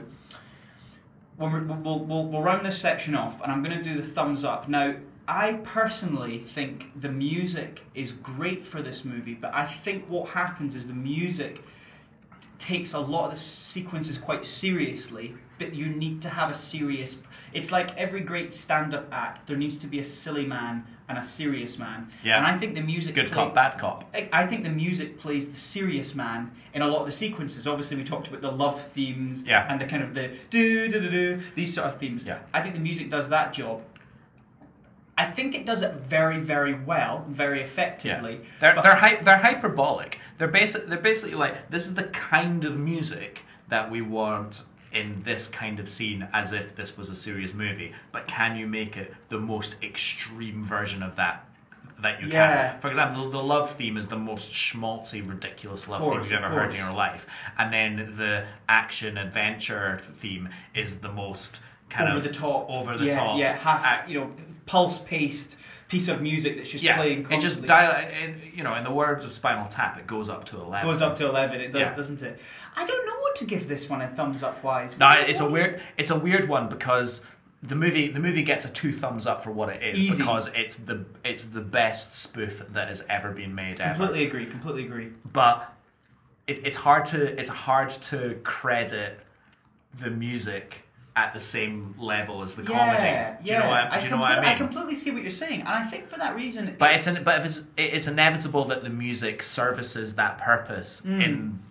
A: When we're, we'll, we'll, we'll round this section off, and I'm going to do the thumbs up. Now, I personally think the music is great for this movie, but I think what happens is the music takes a lot of the sequences quite seriously, but you need to have a serious. It's like every great stand-up act. There needs to be a silly man and a serious man.
B: Yeah.
A: And I think the music.
B: Good
A: play-
B: cop, bad cop.
A: I I think the music plays the serious man in a lot of the sequences. Obviously, we talked about the love themes
B: Yeah.
A: and the kind of the do do do do these sort of themes.
B: Yeah.
A: I think the music does that job. I think it does it very, very well, very effectively.
B: They're
A: but-
B: they're, hy- they're hyperbolic. They're basic. They're basically like this is the kind of music that we want in this kind of scene, as if this was a serious movie. But can you make it the most extreme version of that? That you
A: Yeah.
B: can. For example, the love theme is the most schmaltzy, ridiculous love
A: Course,
B: theme you've ever heard in
A: course.
B: your life, and then the action adventure theme is the most kind
A: over
B: of
A: the top,
B: over the
A: yeah,
B: top, Uh,
A: yeah, half
B: ac-
A: you know, pulse paced piece of music that's just playing
B: it
A: constantly.
B: just dial. It, you know, in the words of Spinal Tap, it goes up to eleven.
A: goes up to eleven. It does,
B: Yeah.
A: doesn't it? I don't know what to give this one a thumbs up wise.
B: No,
A: What-
B: it's a
A: what-
B: weird. It's a weird one because the movie the movie gets a two thumbs up for what it is
A: Easy.
B: because it's the it's the best spoof that has ever been made ever.
A: Completely agree. Completely agree.
B: But it, it's hard to it's hard to credit the music at the same level as the
A: Yeah,
B: comedy. Do you know
A: yeah.
B: what, do you know
A: comple-
B: what I mean?
A: completely see what you're saying, and I think for that reason.
B: But it's, in- but if it's it's inevitable that the music services that purpose
A: Mm.
B: in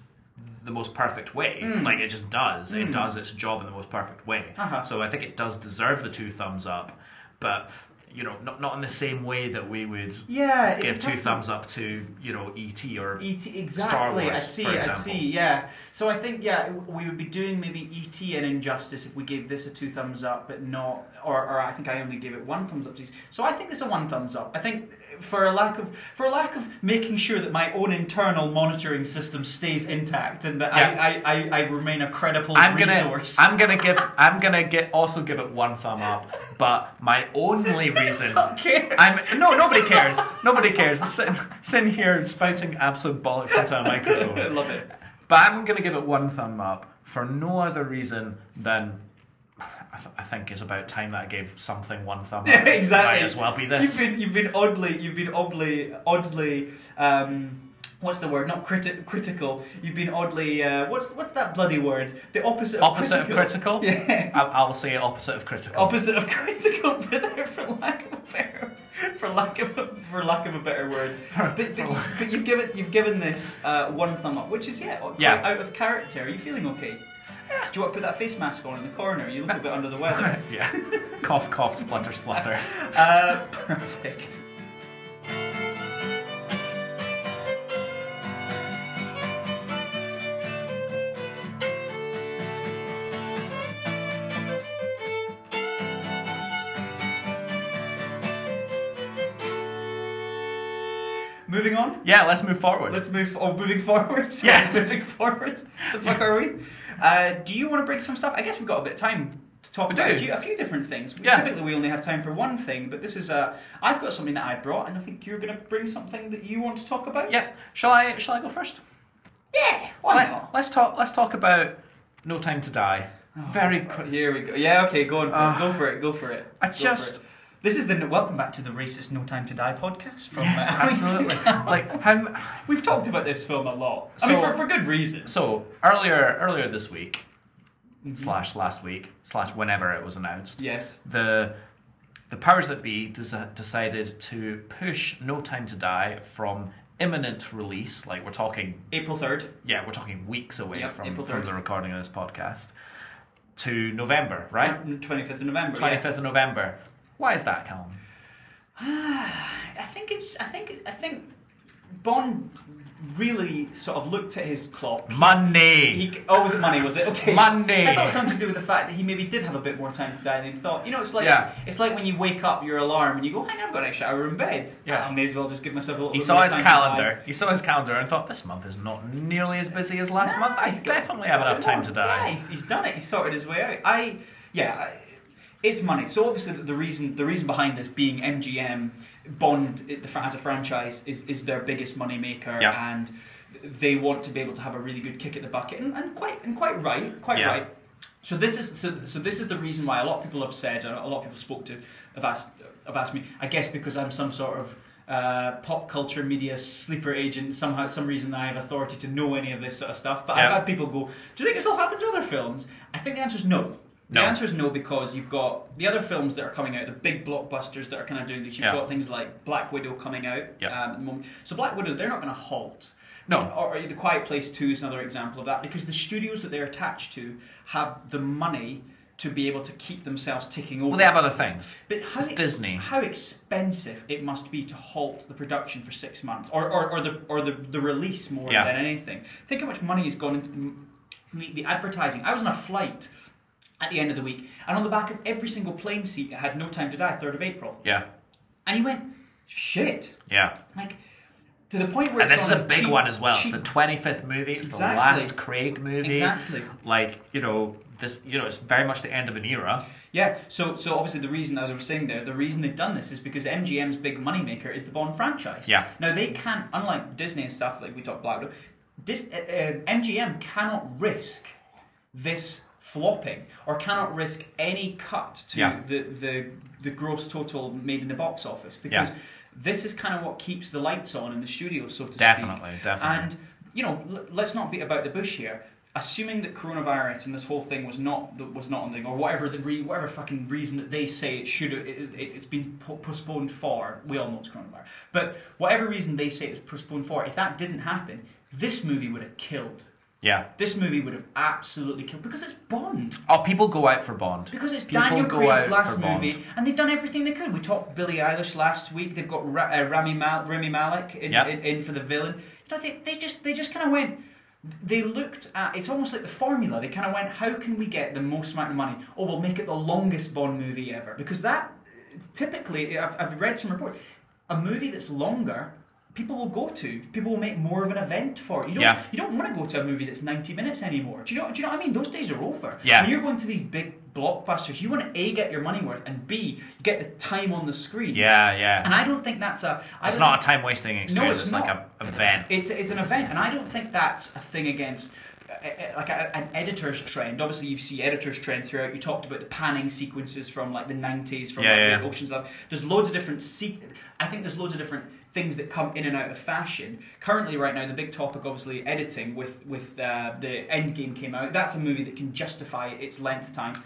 B: the most perfect way. Like it just does. It does its job in the most perfect way.
A: Mm. Uh-huh.
B: So I think it does deserve the two thumbs up, but you know, not not in the same way that we would
A: yeah, it's a
B: give two
A: tough one. E
B: thumbs up to you know ET or
A: ET exactly. I
B: Wars,
A: see.
B: for
A: I
B: example.
A: see. Yeah. So I think yeah, we would be doing maybe ET an injustice if we gave this a two thumbs up, but not. Or, or I think I only gave it one thumbs up. to these. So I think this a one thumbs up. I think for a lack of for a lack of making sure that my own internal monitoring system stays intact and that I, I, I, I remain a credible
B: I'm gonna,
A: resource.
B: I'm gonna give, I'm gonna get, also give it one thumb up. But my only reason,
A: Fuck cares?
B: I'm no, nobody cares. Nobody cares. I'm sitting, sitting here spouting absolute bollocks into a
A: I
B: microphone.
A: love it.
B: But I'm going to give it one thumb up for no other reason than I, th- I think it's about time that I gave something one thumb up.
A: Yeah, exactly.
B: Might as well be this.
A: You've been you've been oddly you've been oddly oddly um, what's the word? Not criti- critical. You've been oddly uh, what's what's that bloody word? The opposite of
B: opposite
A: critical.
B: of critical.
A: Yeah.
B: I, I'll say opposite of critical.
A: Opposite of critical for there for lack of a better for lack of a, for lack of a better word. But but, you, but you've given you've given this uh, one thumb up, which is yeah, quite
B: Yeah.
A: out of character. Are you feeling okay? Do you want to put that face mask on in the corner? You look a bit under the weather.
B: yeah. cough, cough, splutter, splutter.
A: Uh, perfect. Moving on.
B: Yeah, let's move forward.
A: Let's move. Oh, moving forwards.
B: Yes.
A: moving forwards. The fuck are we? Uh, do you want to break some stuff? I guess we've got a bit of time to talk
B: We
A: about a
B: do.
A: few, a few different things.
B: Yeah.
A: Typically, we only have time for one thing, but this is Uh, I've got something that I brought, and I think you're going to bring something that you want to talk about.
B: yeah. Shall I? Shall I go first?
A: Yeah. Why not?
B: us talk. Let's talk about No Time to Die. Very
A: Oh,
B: quick.
A: Here we go. Yeah. Okay. Go on.
B: Ah.
A: go for it. Go for it.
B: I
A: Go for
B: just-
A: it. This is the welcome back to the racist No Time to Die podcast from
B: Yes,
A: uh,
B: absolutely. like how?
A: We've talked about this film a lot. I mean,
B: So-
A: for, for good reasons.
B: So earlier, earlier this week,
A: Mm-hmm.
B: slash last week, slash whenever it was announced,
A: Yes.
B: the the powers that be desi- decided to push No Time to Die from imminent release. Like we're talking
A: April third.
B: yeah, we're talking weeks away
A: Yep,
B: from,
A: April
B: from
A: 3rd.
B: the recording of this podcast to November, right?
A: Twenty fifth of November.
B: Twenty
A: yeah.
B: fifth of November. Why is that, Callum?
A: I think it's. I think. I think. Bond really sort of looked at his clock.
B: Money.
A: He, oh, was it money? Was it okay?
B: Money.
A: I thought it was something to do with the fact that he maybe did have a bit more time to die than he thought. You know, it's like
B: Yeah.
A: it's like when you wake up your alarm and you go, "Hang on, I've got an extra hour in bed.
B: Yeah.
A: I may as well just give myself a little."
B: He
A: bit
B: saw
A: more
B: his
A: time to die."
B: calendar. He saw his calendar and thought, "This month is not nearly as busy as last
A: Nah,
B: month. I
A: he's got-
B: definitely have enough time to
A: Yeah,
B: die."
A: he's, he's done it. He's sorted his way out. I, yeah, I, it's money. So obviously the reason the reason behind this being MGM Bond it- the fr- as a franchise is is their biggest money maker
B: Yeah.
A: and they want to be able to have a really good kick at the bucket and, and quite and quite right, quite
B: Yeah.
A: right. So this is so, so this is the reason why a lot of people have said and a lot of people spoke to have asked have asked me. I guess because I'm some sort of uh, pop culture media sleeper agent somehow some reason I have authority to know any of this sort of stuff. But I've
B: Yeah.
A: had people go, "Do you think this all happened to other films?" I think the answer is no. The
B: No.
A: answer is no because you've got the other films that are coming out, the big blockbusters that are kind of doing this. You've
B: Yeah.
A: got things like Black Widow coming out
B: Yeah.
A: um, at the moment. So Black Widow, they're not going to halt.
B: No.
A: Or, or The Quiet Place 2 is another example of that because the studios that they're attached to have the money to be able to keep themselves ticking over.
B: Well, they have other things.
A: But how
B: It's
A: ex-
B: Disney.
A: How expensive it must be to halt the production for six months, or or, or the or the, the release more
B: Yeah.
A: than anything. Think how much money has gone into the, the, the advertising. I was on a flight at the end of the week, and on the back of every single plane seat, it had no time to die. Third of April,
B: Yeah.
A: and he went shit
B: Yeah.
A: like to the point where
B: And
A: it's
B: this is
A: on
B: a big
A: cheap-
B: one as well.
A: cheap-
B: It's the 25th movie. It's
A: Exactly.
B: the last Craig movie.
A: Exactly.
B: Like, you know, this, you know, it's very much the end of an era.
A: Yeah, so so obviously the reason, as I was saying there, the reason they've done this is because MGM's big moneymaker is the Bond franchise.
B: Yeah.
A: Now they can't, unlike Disney and stuff like we talked about, this, uh, uh, MGM cannot risk this flopping or cannot risk any cut to
B: Yeah.
A: the, the the gross total made in the box office because
B: Yeah.
A: this is kind of what keeps the lights on in the studio, so to speak.
B: Definitely, definitely.
A: And you know, l- let's not beat about the bush here. Assuming that coronavirus and this whole thing was not that was not on thing, or whatever the re, whatever fucking reason that they say it should it, it, it's been po- postponed for. We all know it's coronavirus, but whatever reason they say it was postponed for, if that didn't happen, this movie would have killed.
B: yeah.
A: This movie would have absolutely killed because it's Bond.
B: Oh, people go out for Bond.
A: Because it's
B: People
A: Daniel
B: go
A: Craig's
B: out
A: last
B: for Bond.
A: movie, and they've done everything they could. We talked Billie Eilish last week. They've got Ra- uh, Rami Mal- Rami Malek in,
B: Yep.
A: in, in for the villain. You know, they, they just they just kind of went. They looked at it's almost like the formula. They kind of went, how can we get the most amount of money? Oh, we'll make it the longest Bond movie ever because that typically I've, I've read some reports. A movie that's longer, people will go to. People will make more of an event for it. You don't
B: Yeah.
A: you don't want to go to a movie that's ninety minutes anymore. Do you know? Do you know what I mean? Those days are over.
B: Yeah.
A: When you're going to these big blockbusters, you want to a get your money worth and b get the time on the screen.
B: Yeah, yeah.
A: And I don't think that's a. I
B: It's
A: don't
B: not a time wasting experience.
A: it's
B: it's like
A: not.
B: a event.
A: it's it's an event, and I don't think that's a thing against. uh, uh, Like a, an editor's trend. Obviously, you see editor's trend throughout. You talked about the panning sequences from like the '90s, from
B: Yeah,
A: like,
B: yeah.
A: the Ocean's Eleven. There's loads of different. Se- I think there's loads of different things that come in and out of fashion. Currently, right now, the big topic, obviously, editing. With with uh, the Endgame came out, that's a movie that can justify its length time.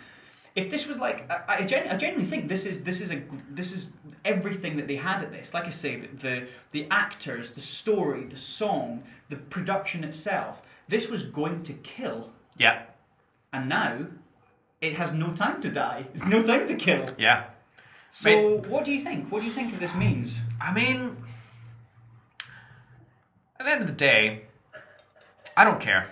A: If this was like, I, I, gen- I genuinely think this is this is a gr- this is everything that they had at this. Like I say, the, the the actors, the story, the song, the production itself. This was going to kill,
B: Yeah,
A: and now it has no time to die. It's no time to kill.
B: yeah.
A: So, what do you think? What do you think this means?
B: I mean, at the end of the day, I don't care.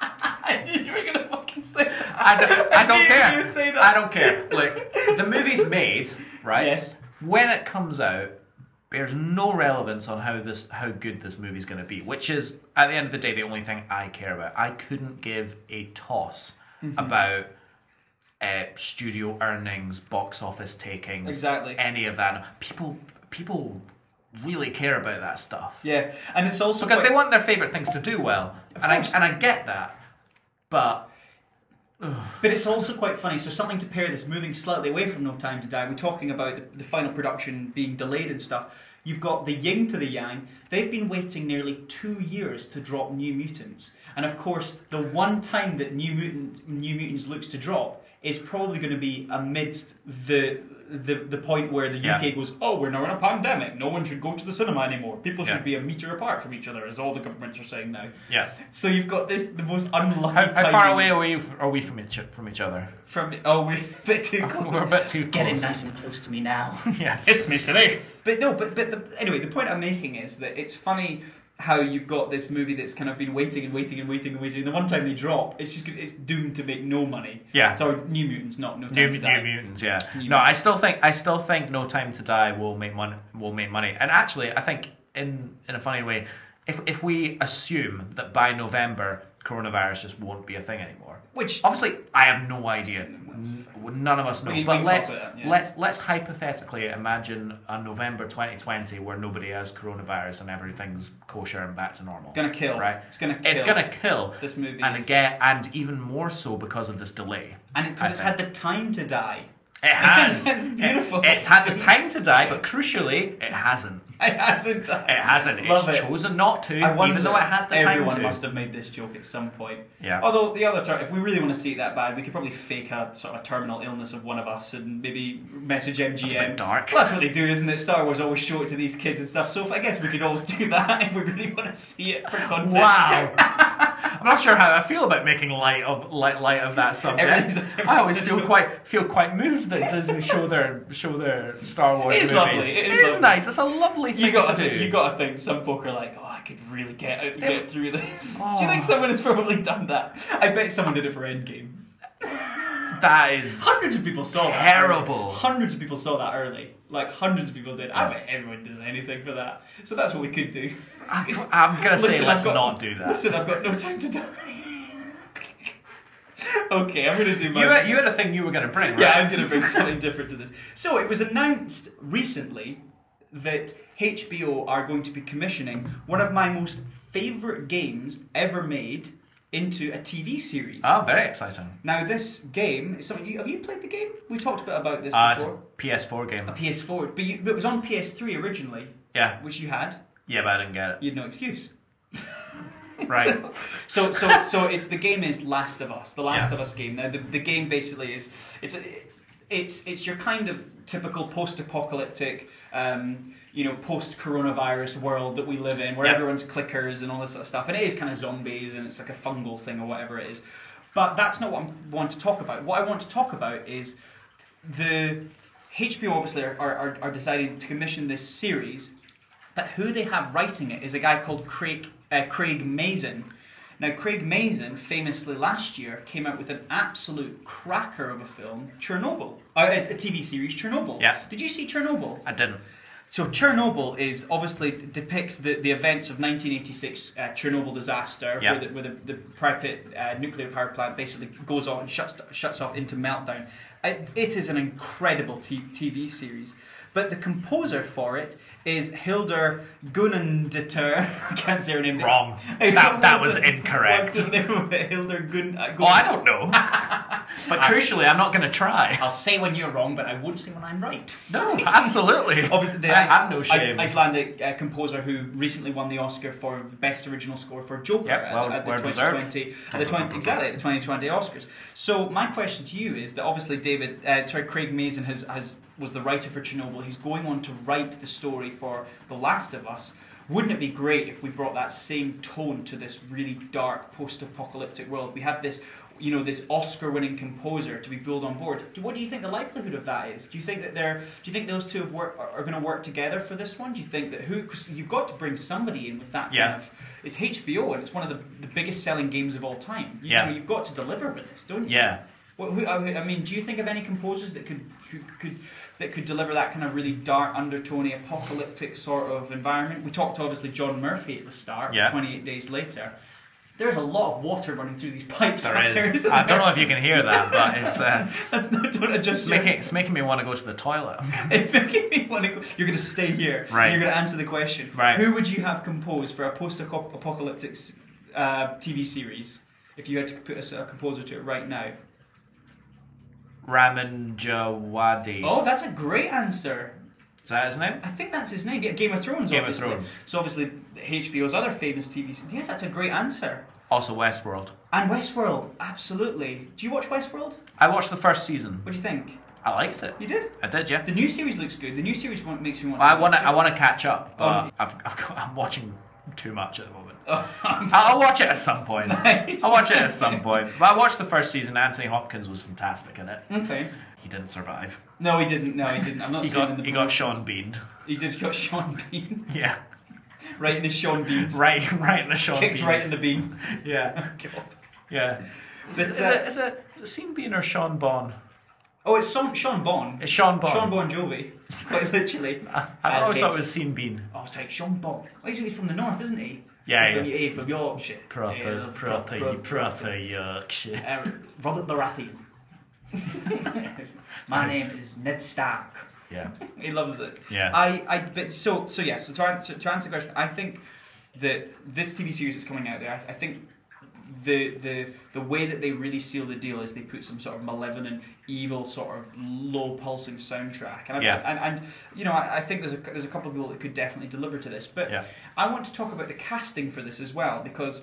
A: I knew you were gonna fucking say that.
B: I don't, I don't
A: knew you
B: care.
A: would say that.
B: I don't care. Like the movie's made, right?
A: Yes.
B: When it comes out, bears no relevance on how this how good this movie's going to be, which is at the end of the day the only thing I care about. I couldn't give a toss
A: Mm-hmm.
B: about uh, studio earnings, box office takings,
A: Exactly.
B: any of that. People people really care about that stuff
A: Yeah, and it's also
B: because
A: quite-
B: they want their favorite things to do well,
A: Of
B: and I
A: course.
B: and I get that, but
A: But it's also quite funny. So something to pair this, moving slightly away from No Time to Die. We're talking about the, the final production being delayed and stuff. You've got the yin to the yang. They've been waiting nearly two years to drop New Mutants, and of course, the one time that New Mutant New Mutants looks to drop is probably going to be amidst the. The, the point where the
B: Yeah.
A: UK goes, oh, we're now in a pandemic. No one should go to the cinema anymore. People
B: Yeah.
A: should be a meter apart from each other, as all the governments are saying now.
B: yeah.
A: So you've got this the most unlucky
B: How, how far
A: timing
B: away are we f- are we from each from each other?
A: from oh we're a bit too close.
B: We're a bit too close.
A: Get in nice and close to me now.
B: Yes.
A: me, silly. But no, but but the, anyway, the point I'm making is that it's funny how you've got this movie that's kind of been waiting and waiting and waiting and waiting. And the one time they drop, it's just it's doomed to make no money.
B: yeah.
A: Sorry, New Mutants, not No Time
B: New,
A: to
B: New
A: Die.
B: Mutants, yeah.
A: New
B: no, I
A: Mutants.
B: still think I still think No Time to Die will make money. Will make money, and actually, I think in in a funny way, if if we assume that by November coronavirus just won't be a thing anymore,
A: Which
B: obviously I have no idea. N- None of us know.
A: We- we
B: but
A: can talk
B: let's
A: about that, yeah.
B: let's let's hypothetically imagine a November 2020 where nobody has coronavirus and everything's kosher and back to normal.
A: gonna kill.
B: Right.
A: It's gonna kill.
B: It's gonna kill,
A: this movie.
B: and
A: is-
B: again, and even more so because of this delay.
A: and because
B: I
A: it's had the time to die.
B: It has.
A: That's beautiful.
B: It- it's had the time to die, but crucially, it hasn't.
A: It hasn't died.
B: It hasn't. It's
A: Love it.
B: chosen not to,
A: I wonder,
B: even though it had the time
A: everyone
B: to.
A: must Oh, have made this joke at some point.
B: Yeah.
A: Although the other turn, if we really want to see it that bad, we could probably fake a sort of terminal illness of one of us and maybe message
B: That's a bit
A: MGM.
B: dark.
A: Well, that's what they do, isn't it? Star Wars always show it to these kids and stuff. So if, I guess we could always do that if we really want to see it for content.
B: Wow. I'm not sure how I feel about making light of light, light of that subject.
A: Everything's a different
B: I always
A: situation.
B: feel quite feel quite moved that Disney show their show their Star Wars
A: It is
B: movies.
A: lovely, it is lovely.
B: nice. It's a lovely thing
A: You got
B: to
A: to
B: do.
A: you got to think some folk are like, oh, I could really get out,
B: They-
A: get through this. Do
B: Oh.
A: you think someone has probably done that? I bet someone did it for Endgame.
B: that is
A: Hundreds of people saw that.
B: Terrible.
A: early. Hundreds of people saw that early. Like hundreds of people did. I bet everyone does anything for that. So that's what we could do.
B: I, am gonna say
A: I've
B: let's
A: got-
B: not do that.
A: Listen, I've got no time to die. okay, I'm gonna do
B: You
A: my.
B: had, you had a thing you were gonna bring, right?
A: yeah, I was gonna bring something different to this. So it was announced recently that HBO are going to be commissioning one of my most favorite games ever made into a TV series.
B: Ah, very exciting.
A: Now this game is something you have you played the game? We talked a bit about this
B: Uh, it's
A: before.
B: a PS4 game.
A: A PS4, but, you, but it was on PS3 originally,
B: Yeah,
A: which you had.
B: yeah, but I didn't get
A: You had no excuse.
B: it. Right.
A: So, so, so it's the game is Last of Us, the Last
B: Yeah.
A: of Us game. Now, the, the game basically is it's a, it's it's your kind of typical post-apocalyptic, um, you know, post-coronavirus world that we live in, where
B: Yeah.
A: everyone's clickers and all this sort of stuff, and it is kind of zombies and it's like a fungal thing or whatever it is. But that's not what I want to talk about. What I want to talk about is the HBO obviously are, are, are- are deciding to commission this series, but who they have writing it is a guy called Craig, uh, Craig Mazin. Now, Craig Mazin famously last year came out with an absolute cracker of a film, Chernobyl, uh, a, a TV series, Chernobyl.
B: Yeah.
A: Did you see Chernobyl?
B: I didn't.
A: So Chernobyl is obviously depicts the, the events of 1986 uh, Chernobyl disaster,
B: Yeah.
A: where, the, where the, the Pripyat uh, nuclear power plant basically goes off and shuts shuts off into meltdown. It, it is an incredible t- TV series, but the composer for it is Hildur Gunandetter. I can't say her name.
B: Wrong.
A: Hey,
B: That,
A: what
B: that
A: was
B: was
A: the-
B: incorrect.
A: What's the name of it? Hildur Gun. Uh,
B: Well, I don't know. but crucially, I'm not going to try.
A: I'll say when you're wrong, but I won't say when I'm right.
B: No, absolutely.
A: Obviously, the
B: I
A: Ice-
B: have no
A: Ice-
B: shame.
A: Icelandic uh, composer who recently won the Oscar for best original score for Joker
B: Yep,
A: at
B: well-
A: the- at,
B: well
A: the
B: deserved.
A: 2020, at the 20, exactly at the 2020 Oscars. So my question to you is that obviously David, uh, sorry, Craig Mazin has, has was the writer for Chernobyl. He's going on to write the story for The Last of Us. Wouldn't it be great if we brought that same tone to this really dark post-apocalyptic world? We have this. You know this Oscar-winning composer to be pulled on board. Do, what do you think the likelihood of that is? Do you think that they're? Do you think those two have work, are, are going to work together for this one? Do you think that who? Because you've got to bring somebody in with that
B: Yeah.
A: kind of it's HBO and it's one of the, the biggest selling games of all time. You
B: Yeah.
A: know, you've got to deliver with this, don't you?
B: yeah.
A: What, who, I I mean, do you think of any composers that could, who could that could deliver that kind of really dark, undertony, apocalyptic sort of environment? We talked obviously John Murphy at the start.
B: Yeah.
A: Twenty eight days later. There's a lot of water running through these pipes. up
B: There
A: there,
B: is.
A: isn't
B: I don't
A: there?
B: know if you can hear that, but it's, uh,
A: That's not, don't adjust
B: it's,
A: your-
B: making, it's making me want to go to the toilet.
A: It's making me want to. Go, you're going to stay here. and
B: Right.
A: you're going to answer the question.
B: Right.
A: Who would you have composed for a post-apocalyptic s- uh, TV series if you had to put a, s- a composer to it right now?
B: Raman Jawadi.
A: Oh, that's a great answer.
B: Is that his name?
A: I think that's his name. Yeah, Game of Thrones.
B: Game of
A: obviously.
B: Thrones.
A: So obviously HBO's other famous TV. series. Yeah, that's a great answer.
B: Also Westworld.
A: And Westworld, absolutely. Do you watch Westworld?
B: I watched the first season.
A: What do you think?
B: I liked it.
A: You did.
B: I did, yeah.
A: The new series looks good. The new series one makes me want. To
B: I want
A: watch
B: to.
A: it.
B: I want to catch up, but
A: Um,
B: I've, I've got, I'm watching too much at the moment. I'll I'll watch it at some point.
A: Nice.
B: I'll watch it at some point. But I watched the first season. Anthony Hopkins was fantastic in it.
A: Okay.
B: He didn't survive.
A: No, he didn't. No, he didn't. I'm not
B: He
A: saying in
B: got
A: the
B: he got
A: promotions.
B: Sean Beaned.
A: He just got Sean Bean.
B: Yeah,
A: Right in his Sean Beans.
B: right, right in the Sean.
A: Kicked
B: Beans.
A: right in the bean.
B: Yeah, yeah. Is
A: But,
B: it, is
A: uh,
B: it, is it Sean Bean or Sean Bon?
A: Oh, it's Sean, Sean Bon.
B: It's Sean Bon.
A: Sean Bon Jovi. Quite literally.
B: I, I
A: I'll
B: always
A: take-
B: thought it was Sean Bean.
A: Oh, take Sean Bon. Oh, he's he's from the north, isn't he?
B: Yeah,
A: He's from,
B: yeah.
A: he's from Yorkshire.
B: Proper,
A: Yeah,
B: proper,
A: pro-
B: proper, Yorkshire.
A: Uh, Robert Baratheon. My
B: Right.
A: name is Ned Stark.
B: Yeah,
A: He loves it.
B: yeah.
A: I, I but so so yeah so to answer, to answer the question I think that this TV series that's coming out there I, I think the the the way that they really seal the deal is they put some sort of malevolent evil sort of low pulsing soundtrack and I,
B: Yeah.
A: and, and you know I, I think there's a there's a couple of people that could definitely deliver to this but
B: Yeah.
A: I want to talk about the casting for this as well because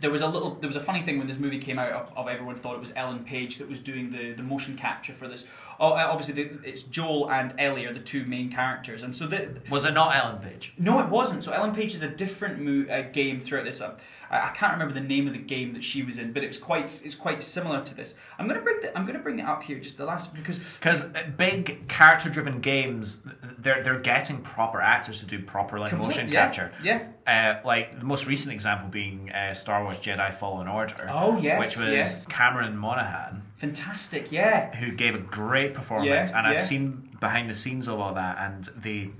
A: there was a little there was a funny thing when this movie came out of, of everyone thought it was Ellen Page that was doing the, the motion capture for this oh, uh, obviously the, it's Joel and Ellie are the two main characters and so the,
B: Was it not Ellen Page?
A: no it wasn't so Ellen Page did a different mo- uh, game throughout this up I, I can't remember the name of the game that she was in but it was quite it's quite similar to this I'm gonna bring the, I'm gonna bring it up here just the last because
B: Because uh, big character-driven games, they're they're getting proper actors to do proper like
A: Complete-
B: motion
A: yeah,
B: capture.
A: yeah
B: Uh, like the most recent example being uh, Star Wars Jedi Fallen Order.
A: Oh, yes,
B: which was
A: yes.
B: Cameron Monaghan
A: fantastic yeah
B: who gave a great performance,
A: Yeah,
B: and I've
A: yeah.
B: seen behind the scenes of all that, and they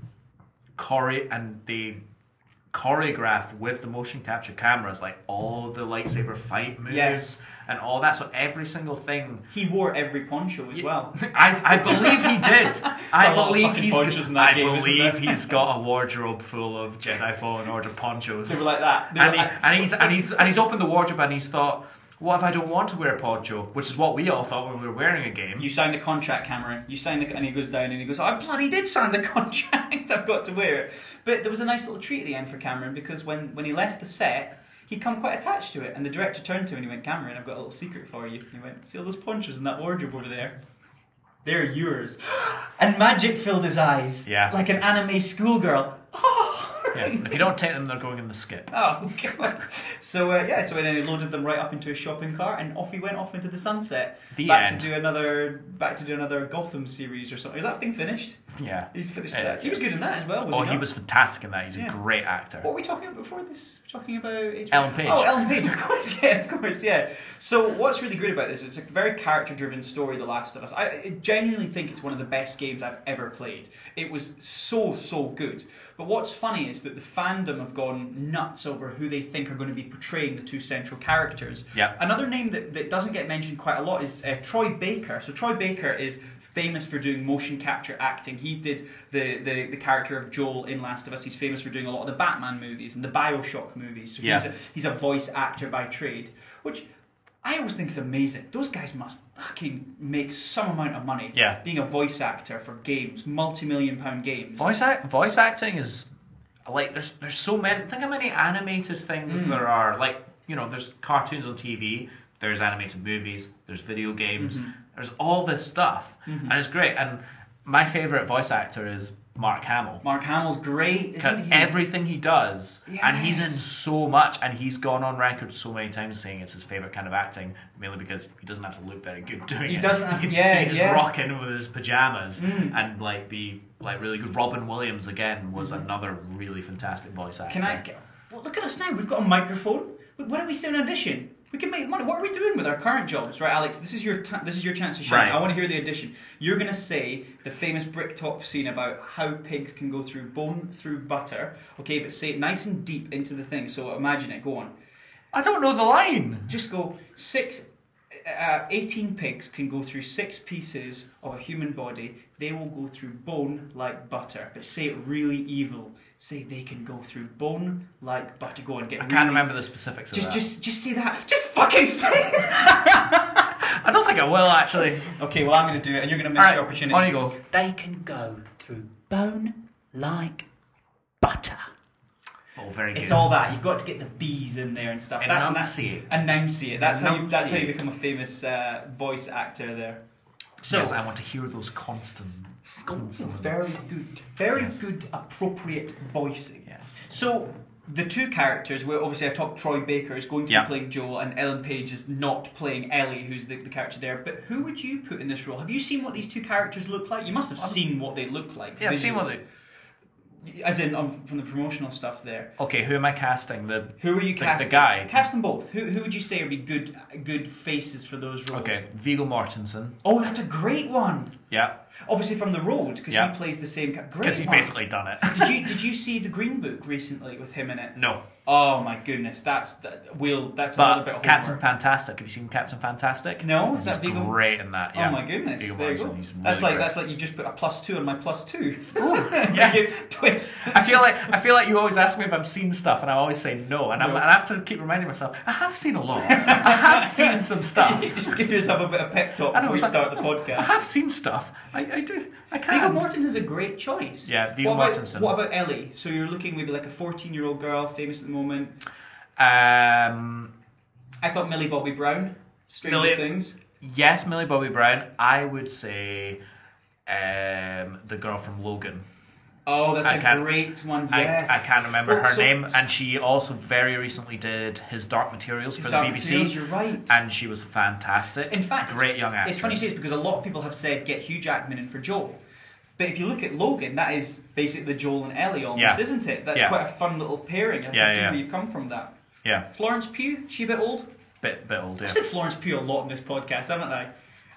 B: chore and they choreograph with the motion capture cameras like all the lightsaber fight moves
A: Yes.
B: and all that. So every single thing
A: he wore every poncho as well
B: I, I believe he did. I
A: A lot of
B: believe
A: fucking
B: he's.
A: ponchos in that
B: I
A: game, isn't there?
B: believe he's got a wardrobe full of Jedi Fallen Order ponchos.
A: they were like that They were
B: and, he,
A: like-
B: and he's and he's and he's opened the wardrobe and he's thought, what if I don't want to wear a poncho? Which is what we all thought when we were wearing a game.
A: You signed the contract, Cameron. You signed the, and he goes down and he goes, I bloody did sign the contract. I've got to wear it. But there was a nice little treat at the end for Cameron because when, when he left the set, he'd come quite attached to it. And the director turned to him and he went, Cameron, I've got a little secret for you. And he went, see all those ponchos in that wardrobe over there? They're yours. And magic filled his eyes.
B: Yeah.
A: Like an anime schoolgirl. Oh!
B: Yeah. If you don't take them, they're going in the skip.
A: Oh god! So uh, yeah, so then he loaded them right up into a shopping cart, and off he went off into the sunset.
B: The
A: back
B: end.
A: to do another, back to do another Gotham series or something. Is that thing finished?
B: Yeah.
A: He's finished
B: Yeah.
A: that. He was good in that as well. Was
B: oh,
A: he,
B: he
A: not?
B: was fantastic in that. He's
A: Yeah.
B: a great actor.
A: What were we talking about before this? We're talking about H-
B: Ellen Page.
A: Oh, Ellen Page, of course, yeah, of course, yeah. So what's really good about this? It's a very character-driven story. The Last of Us. I, I genuinely think it's one of the best games I've ever played. It was so so good. But what's funny is that the fandom have gone nuts over who they think are going to be portraying the two central characters.
B: Yeah.
A: Another name that, that doesn't get mentioned quite a lot is uh, Troy Baker. So Troy Baker is famous for doing motion capture acting. He did the, the, the character of Joel in Last of Us. He's famous for doing a lot of the Batman movies and the Bioshock movies. So he's,
B: Yeah.
A: a, he's a voice actor by trade, which I always think is amazing. Those guys must fucking make some amount of money
B: Yeah.
A: being a voice actor for games, multi-million pound games.
B: Voice act, voice acting is like there's there's so many. Think how many animated things
A: Mm.
B: there are. Like you know, there's cartoons on TV. There's animated movies. There's video games. There's all this stuff, and it's great. And my favorite voice actor is Mark Hamill.
A: Mark Hamill's great,
B: 'Cause
A: isn't he?
B: Everything he does, and he's in
A: Yes.
B: so much, and he's gone on record so many times saying it's his favorite kind of acting, mainly because he doesn't have to look very good doing it.
A: He doesn't have-
B: He can,
A: yeah,
B: he can just
A: yeah. Mm.
B: rock in with his pajamas and like be like really good. Robin Williams again was
A: Mm-hmm.
B: another really fantastic voice actor.
A: Can I? Well, look at us now. We've got a microphone. Why don't we say an audition? We can make money. What are we doing with our current jobs, right, Alex? This is your t- this is your chance to shine.
B: Right.
A: I want to hear the addition. You're gonna say the famous bricktop scene about how pigs can go through bone through butter. Okay, but say it nice and deep into the thing. So imagine it. Go on.
B: I don't know the line.
A: Just go six. Uh, 18 pigs can go through six pieces of a human body. They will go through bone like butter. But say it really evil. Say they can go through bone like butter. Go on, get.
B: I
A: really-
B: can't remember the specifics of
A: Just,
B: that.
A: just, just say that. Just fucking say. it!
B: I don't think I will actually.
A: Okay, well I'm going to do it, and you're going to miss
B: Alright,
A: the opportunity.
B: On you go.
A: They can go through bone like butter.
B: Oh, very good.
A: It's all that. You've got to get the bees in there and stuff. That- that-
B: Enunciate.
A: Enunciate. That's how you. That's how you
B: Enunciate.
A: become a famous uh, voice actor. There.
B: So yes, I want to hear those constants. Consonants.
A: Very good. Very
B: Yes.
A: good. Appropriate voicing.
B: Yes.
A: So. The two characters, where obviously I talked Troy Baker is going to
B: Yeah.
A: be playing Joel, and Ellen Page is not playing Ellie, who's the, the character there. But who would you put in this role? Have you seen what these two characters look like? You must have seen what they look like.
B: Yeah, I've seen what
A: visually.
B: they.
A: As in, um, from the promotional stuff there.
B: Okay, who am I casting? The
A: Who are you
B: The- the
A: casting?
B: guy.
A: Cast them both. Who, who would you say would be good good faces for those roles?
B: okay, Viggo Mortensen.
A: Oh, that's a great one.
B: Yeah,
A: Obviously from The Road, because
B: Yeah.
A: he plays the same. Ca- great
B: because he's
A: one.
B: basically done it.
A: did you did you see the Green Book recently with him in it?
B: No,
A: Oh my goodness, that's that, will that's another bit
B: but
A: of
B: Captain
A: homework.
B: Fantastic. Have you seen Captain Fantastic?
A: No, is
B: he's
A: that Viggo?
B: great in that. Yeah.
A: Oh my goodness,
B: Viggo
A: there you
B: Mortensen,
A: go.
B: he's
A: that's
B: really
A: like
B: great.
A: that's like you just put a plus two on my plus two.
B: yes.
A: Like, twist.
B: I feel like I feel like you always ask me if I've seen stuff, and I always say no, and, I'm,
A: No.
B: and I have to keep reminding myself I have seen a lot. I have seen some stuff.
A: just give yourself a bit of pep talk
B: I know,
A: before we
B: it's like-
A: start the
B: I
A: podcast.
B: have seen stuff. I, I do. I
A: Viggo
B: can.
A: Mortensen's a great choice.
B: Yeah, Viggo
A: what about,
B: Mortensen.
A: What about Ellie? So you're looking maybe like a 14 year old girl, famous at the moment.
B: um,
A: I thought Millie Bobby Brown, Stranger
B: Millie-
A: Things.
B: yes, Millie Bobby Brown. I would say um, the girl from Logan.
A: Oh, that's
B: I
A: a
B: can't-
A: great one.
B: I-
A: Yes.
B: I, can't remember
A: Well,
B: her
A: so-
B: name, and she also very recently did his Dark Materials
A: It's
B: for
A: Dark
B: the BBC,
A: Materials, You're right.
B: and she was fantastic.
A: in fact, it's-
B: great young actress.
A: It's funny you say this because a lot of people have said get Hugh Jackman in for Joel. But if you look at Logan, that is basically the Joel and Ellie almost,
B: Yeah.
A: isn't it? That's
B: Yeah.
A: quite a fun little pairing. I can
B: Yeah,
A: see
B: yeah.
A: where you've come from that.
B: Yeah,
A: Florence Pugh, she a bit old?
B: bit bit older.
A: I've said Florence Pugh a lot in this podcast, haven't I?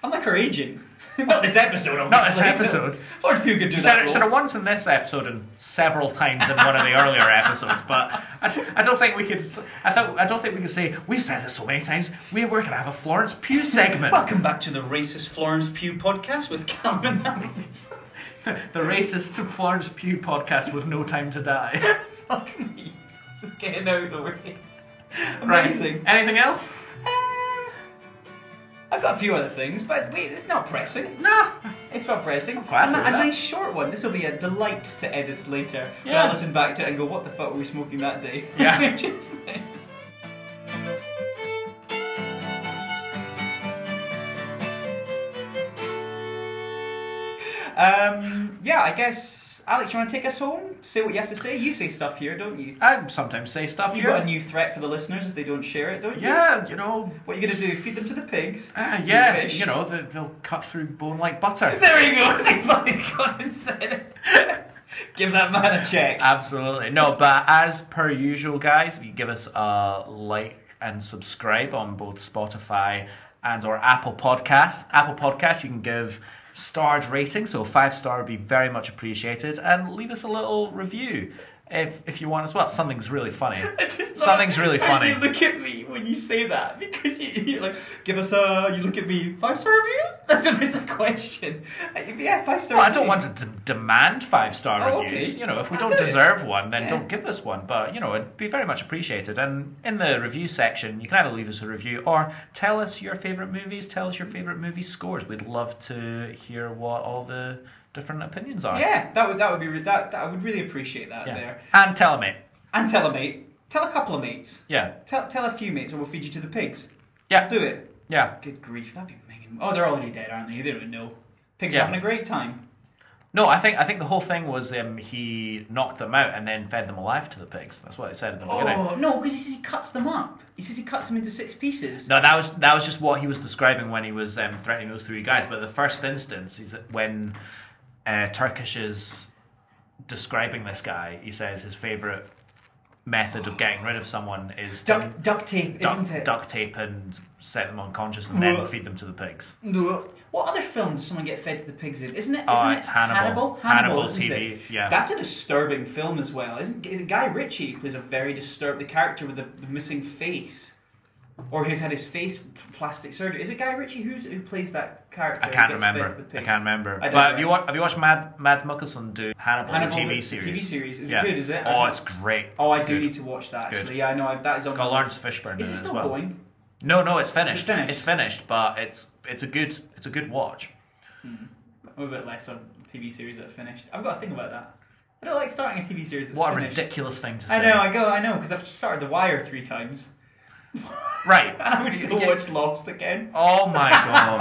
A: I'm like her agent. Not this episode, obviously.
B: Not this episode.
A: Florence Pugh could do
B: You
A: that.
B: said it,
A: role.
B: said it once in this episode and several times in one of the earlier episodes, but I, I don't think we could. I don't. I don't think we can say we've said it so many times. We we're going to have a Florence Pugh segment.
A: Welcome back to the Racist Florence Pugh podcast with Calvin.
B: the racist Florence Pugh podcast with no time to die.
A: Fuck me. This is getting out of the way.
B: Right.
A: Amazing.
B: Anything else?
A: Um, I've got a few other things, but wait, it's not pressing.
B: No.
A: It's not pressing.
B: quite
A: a,
B: happy with
A: a
B: that.
A: nice short one. This will be a delight to edit later. when
B: Yeah.
A: I'll listen back to it and go, what the fuck were we smoking that day?
B: Yeah.
A: Just- Um, yeah, I guess Alex, you want to take us home? Say what you have to say. You say stuff here, don't you?
B: I sometimes say stuff.
A: You've
B: here.
A: got a new threat for the listeners if they don't share it, don't you?
B: yeah, you know.
A: What are you going to do? Feed them to the pigs?
B: Uh, yeah,
A: fish.
B: you know, they, they'll cut through bone like butter.
A: There he goes. He fucking got and said it. Give that man a
B: Uh,
A: check.
B: Absolutely. No, but as per usual, guys, if you give us a like and subscribe on both Spotify and or Apple Podcast. Apple Podcast, you can give starred rating, so five star would be very much appreciated. And leave us a little review if if you want as well. Something's really funny.
A: I just love
B: Something's really
A: how
B: funny.
A: You look at me when you say that because you, you're like, give us a. You look at me five star review. That's if it's a question. Uh, Yeah, five star.
B: Well, I don't want to d- demand five star
A: Oh,
B: reviews.
A: okay.
B: You know, if we
A: I'll
B: don't
A: do it.
B: deserve one, then
A: Yeah.
B: don't give us one. But you know, it'd be very much appreciated. And in the review section, you can either leave us a review or tell us your favorite movies. Tell us your favorite movie scores. We'd love to hear what all the different opinions are.
A: Yeah, that would that would be re- that, that I would really appreciate that
B: Yeah.
A: there.
B: And tell a mate.
A: And tell a mate. Tell a couple of mates.
B: Yeah,
A: Tell tell a few mates, or we'll feed you to the pigs.
B: Yeah.
A: do it.
B: yeah.
A: Good grief, that'd be minging. Oh, they're already dead, aren't they? They don't know. Pigs
B: Yeah.
A: are having a great time.
B: No, I think I think the whole thing was um, he knocked them out and then fed them alive to the pigs. That's what they said at the beginning.
A: Oh no, because he says he cuts them up. He says he cuts them into six pieces.
B: No, that was that was just what he was describing when he was um, threatening those three guys. But the first instance is that when uh, Turkish is describing this guy, he says his favorite method of getting rid of someone is to
E: Duct, duct tape,
B: duct,
E: isn't it?
B: duct tape and set them unconscious and then feed them to the pigs.
A: What other film does someone get fed to the pigs in? Isn't it? Isn't
B: Oh,
A: it
B: it's Hannibal.
A: Hannibal. Hannibal,
B: Hannibal
A: isn't
B: TV,
A: it?
B: yeah.
A: That's a disturbing film as well. Isn't is it Guy Ritchie plays a very disturbed the character with the, the missing face, or has had his face p- plastic surgery? Is it Guy Ritchie who's who plays that character?
B: I
A: who
B: can't
A: gets Fed to
B: remember.
A: the
B: I
A: pigs?
B: can't remember.
A: I
B: but have
A: digress.
B: you, wa- have you watched Mad, Mads Mikkelsen do Hannibal,
A: Hannibal,
B: the TV
A: the
B: series?
A: TV series. Is
B: Yeah.
A: it good? Is it?
B: Oh, it's great.
A: Oh, I
B: It's
A: do
B: good.
A: need to watch that
B: It's good.
A: actually. Yeah, I know. I've, that is on
B: It's got
A: my
B: Lawrence
A: list.
B: Fishburne.
A: Is
B: in
A: it still
B: as well.
A: going?
B: No, no, it's finished.
A: finished?
B: It's finished, but it's it's a good it's a good watch.
A: I'm a bit less on TV series that are finished. I've got to think about that. I don't like starting a TV series that's
B: what a
A: finished.
B: ridiculous thing to say.
A: I know. I go. I know because I've started The Wire three times.
B: Right.
A: And I would still
B: Yeah.
A: watch Lost again.
B: Oh my god.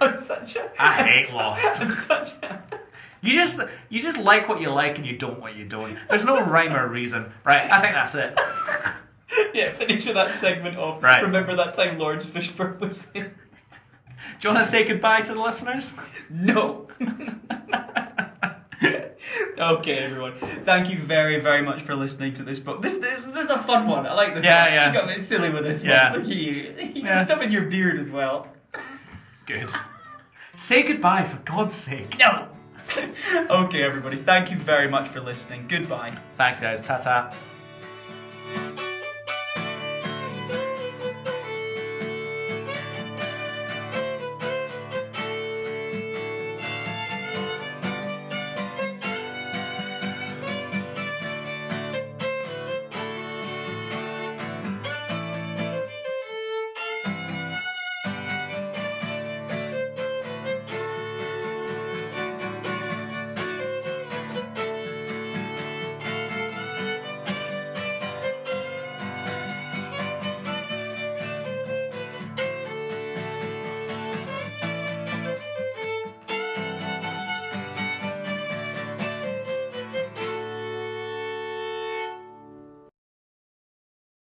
A: I'm such a.
B: I hate Lost.
A: I'm such a.
B: You just you just like what you like and you don't what you don't. There's no rhyme or reason. Right, I think that's it.
A: Yeah, finish with that segment of
B: Right.
A: remember that time Lawrence Fishburne was in.
B: Do you want to say goodbye to the listeners?
A: No! okay, everyone. Thank you very, very much for listening to this book. This, this, this is a fun one. I like this
B: Yeah,
A: one.
B: yeah.
A: You got a bit silly with this
B: Yeah.
A: one. Look at you. You
B: Yeah.
A: can stubbing your beard as well.
B: Good. Say goodbye for God's sake.
A: No! okay, everybody. Thank you very much for listening. Goodbye.
B: Thanks guys. Ta ta.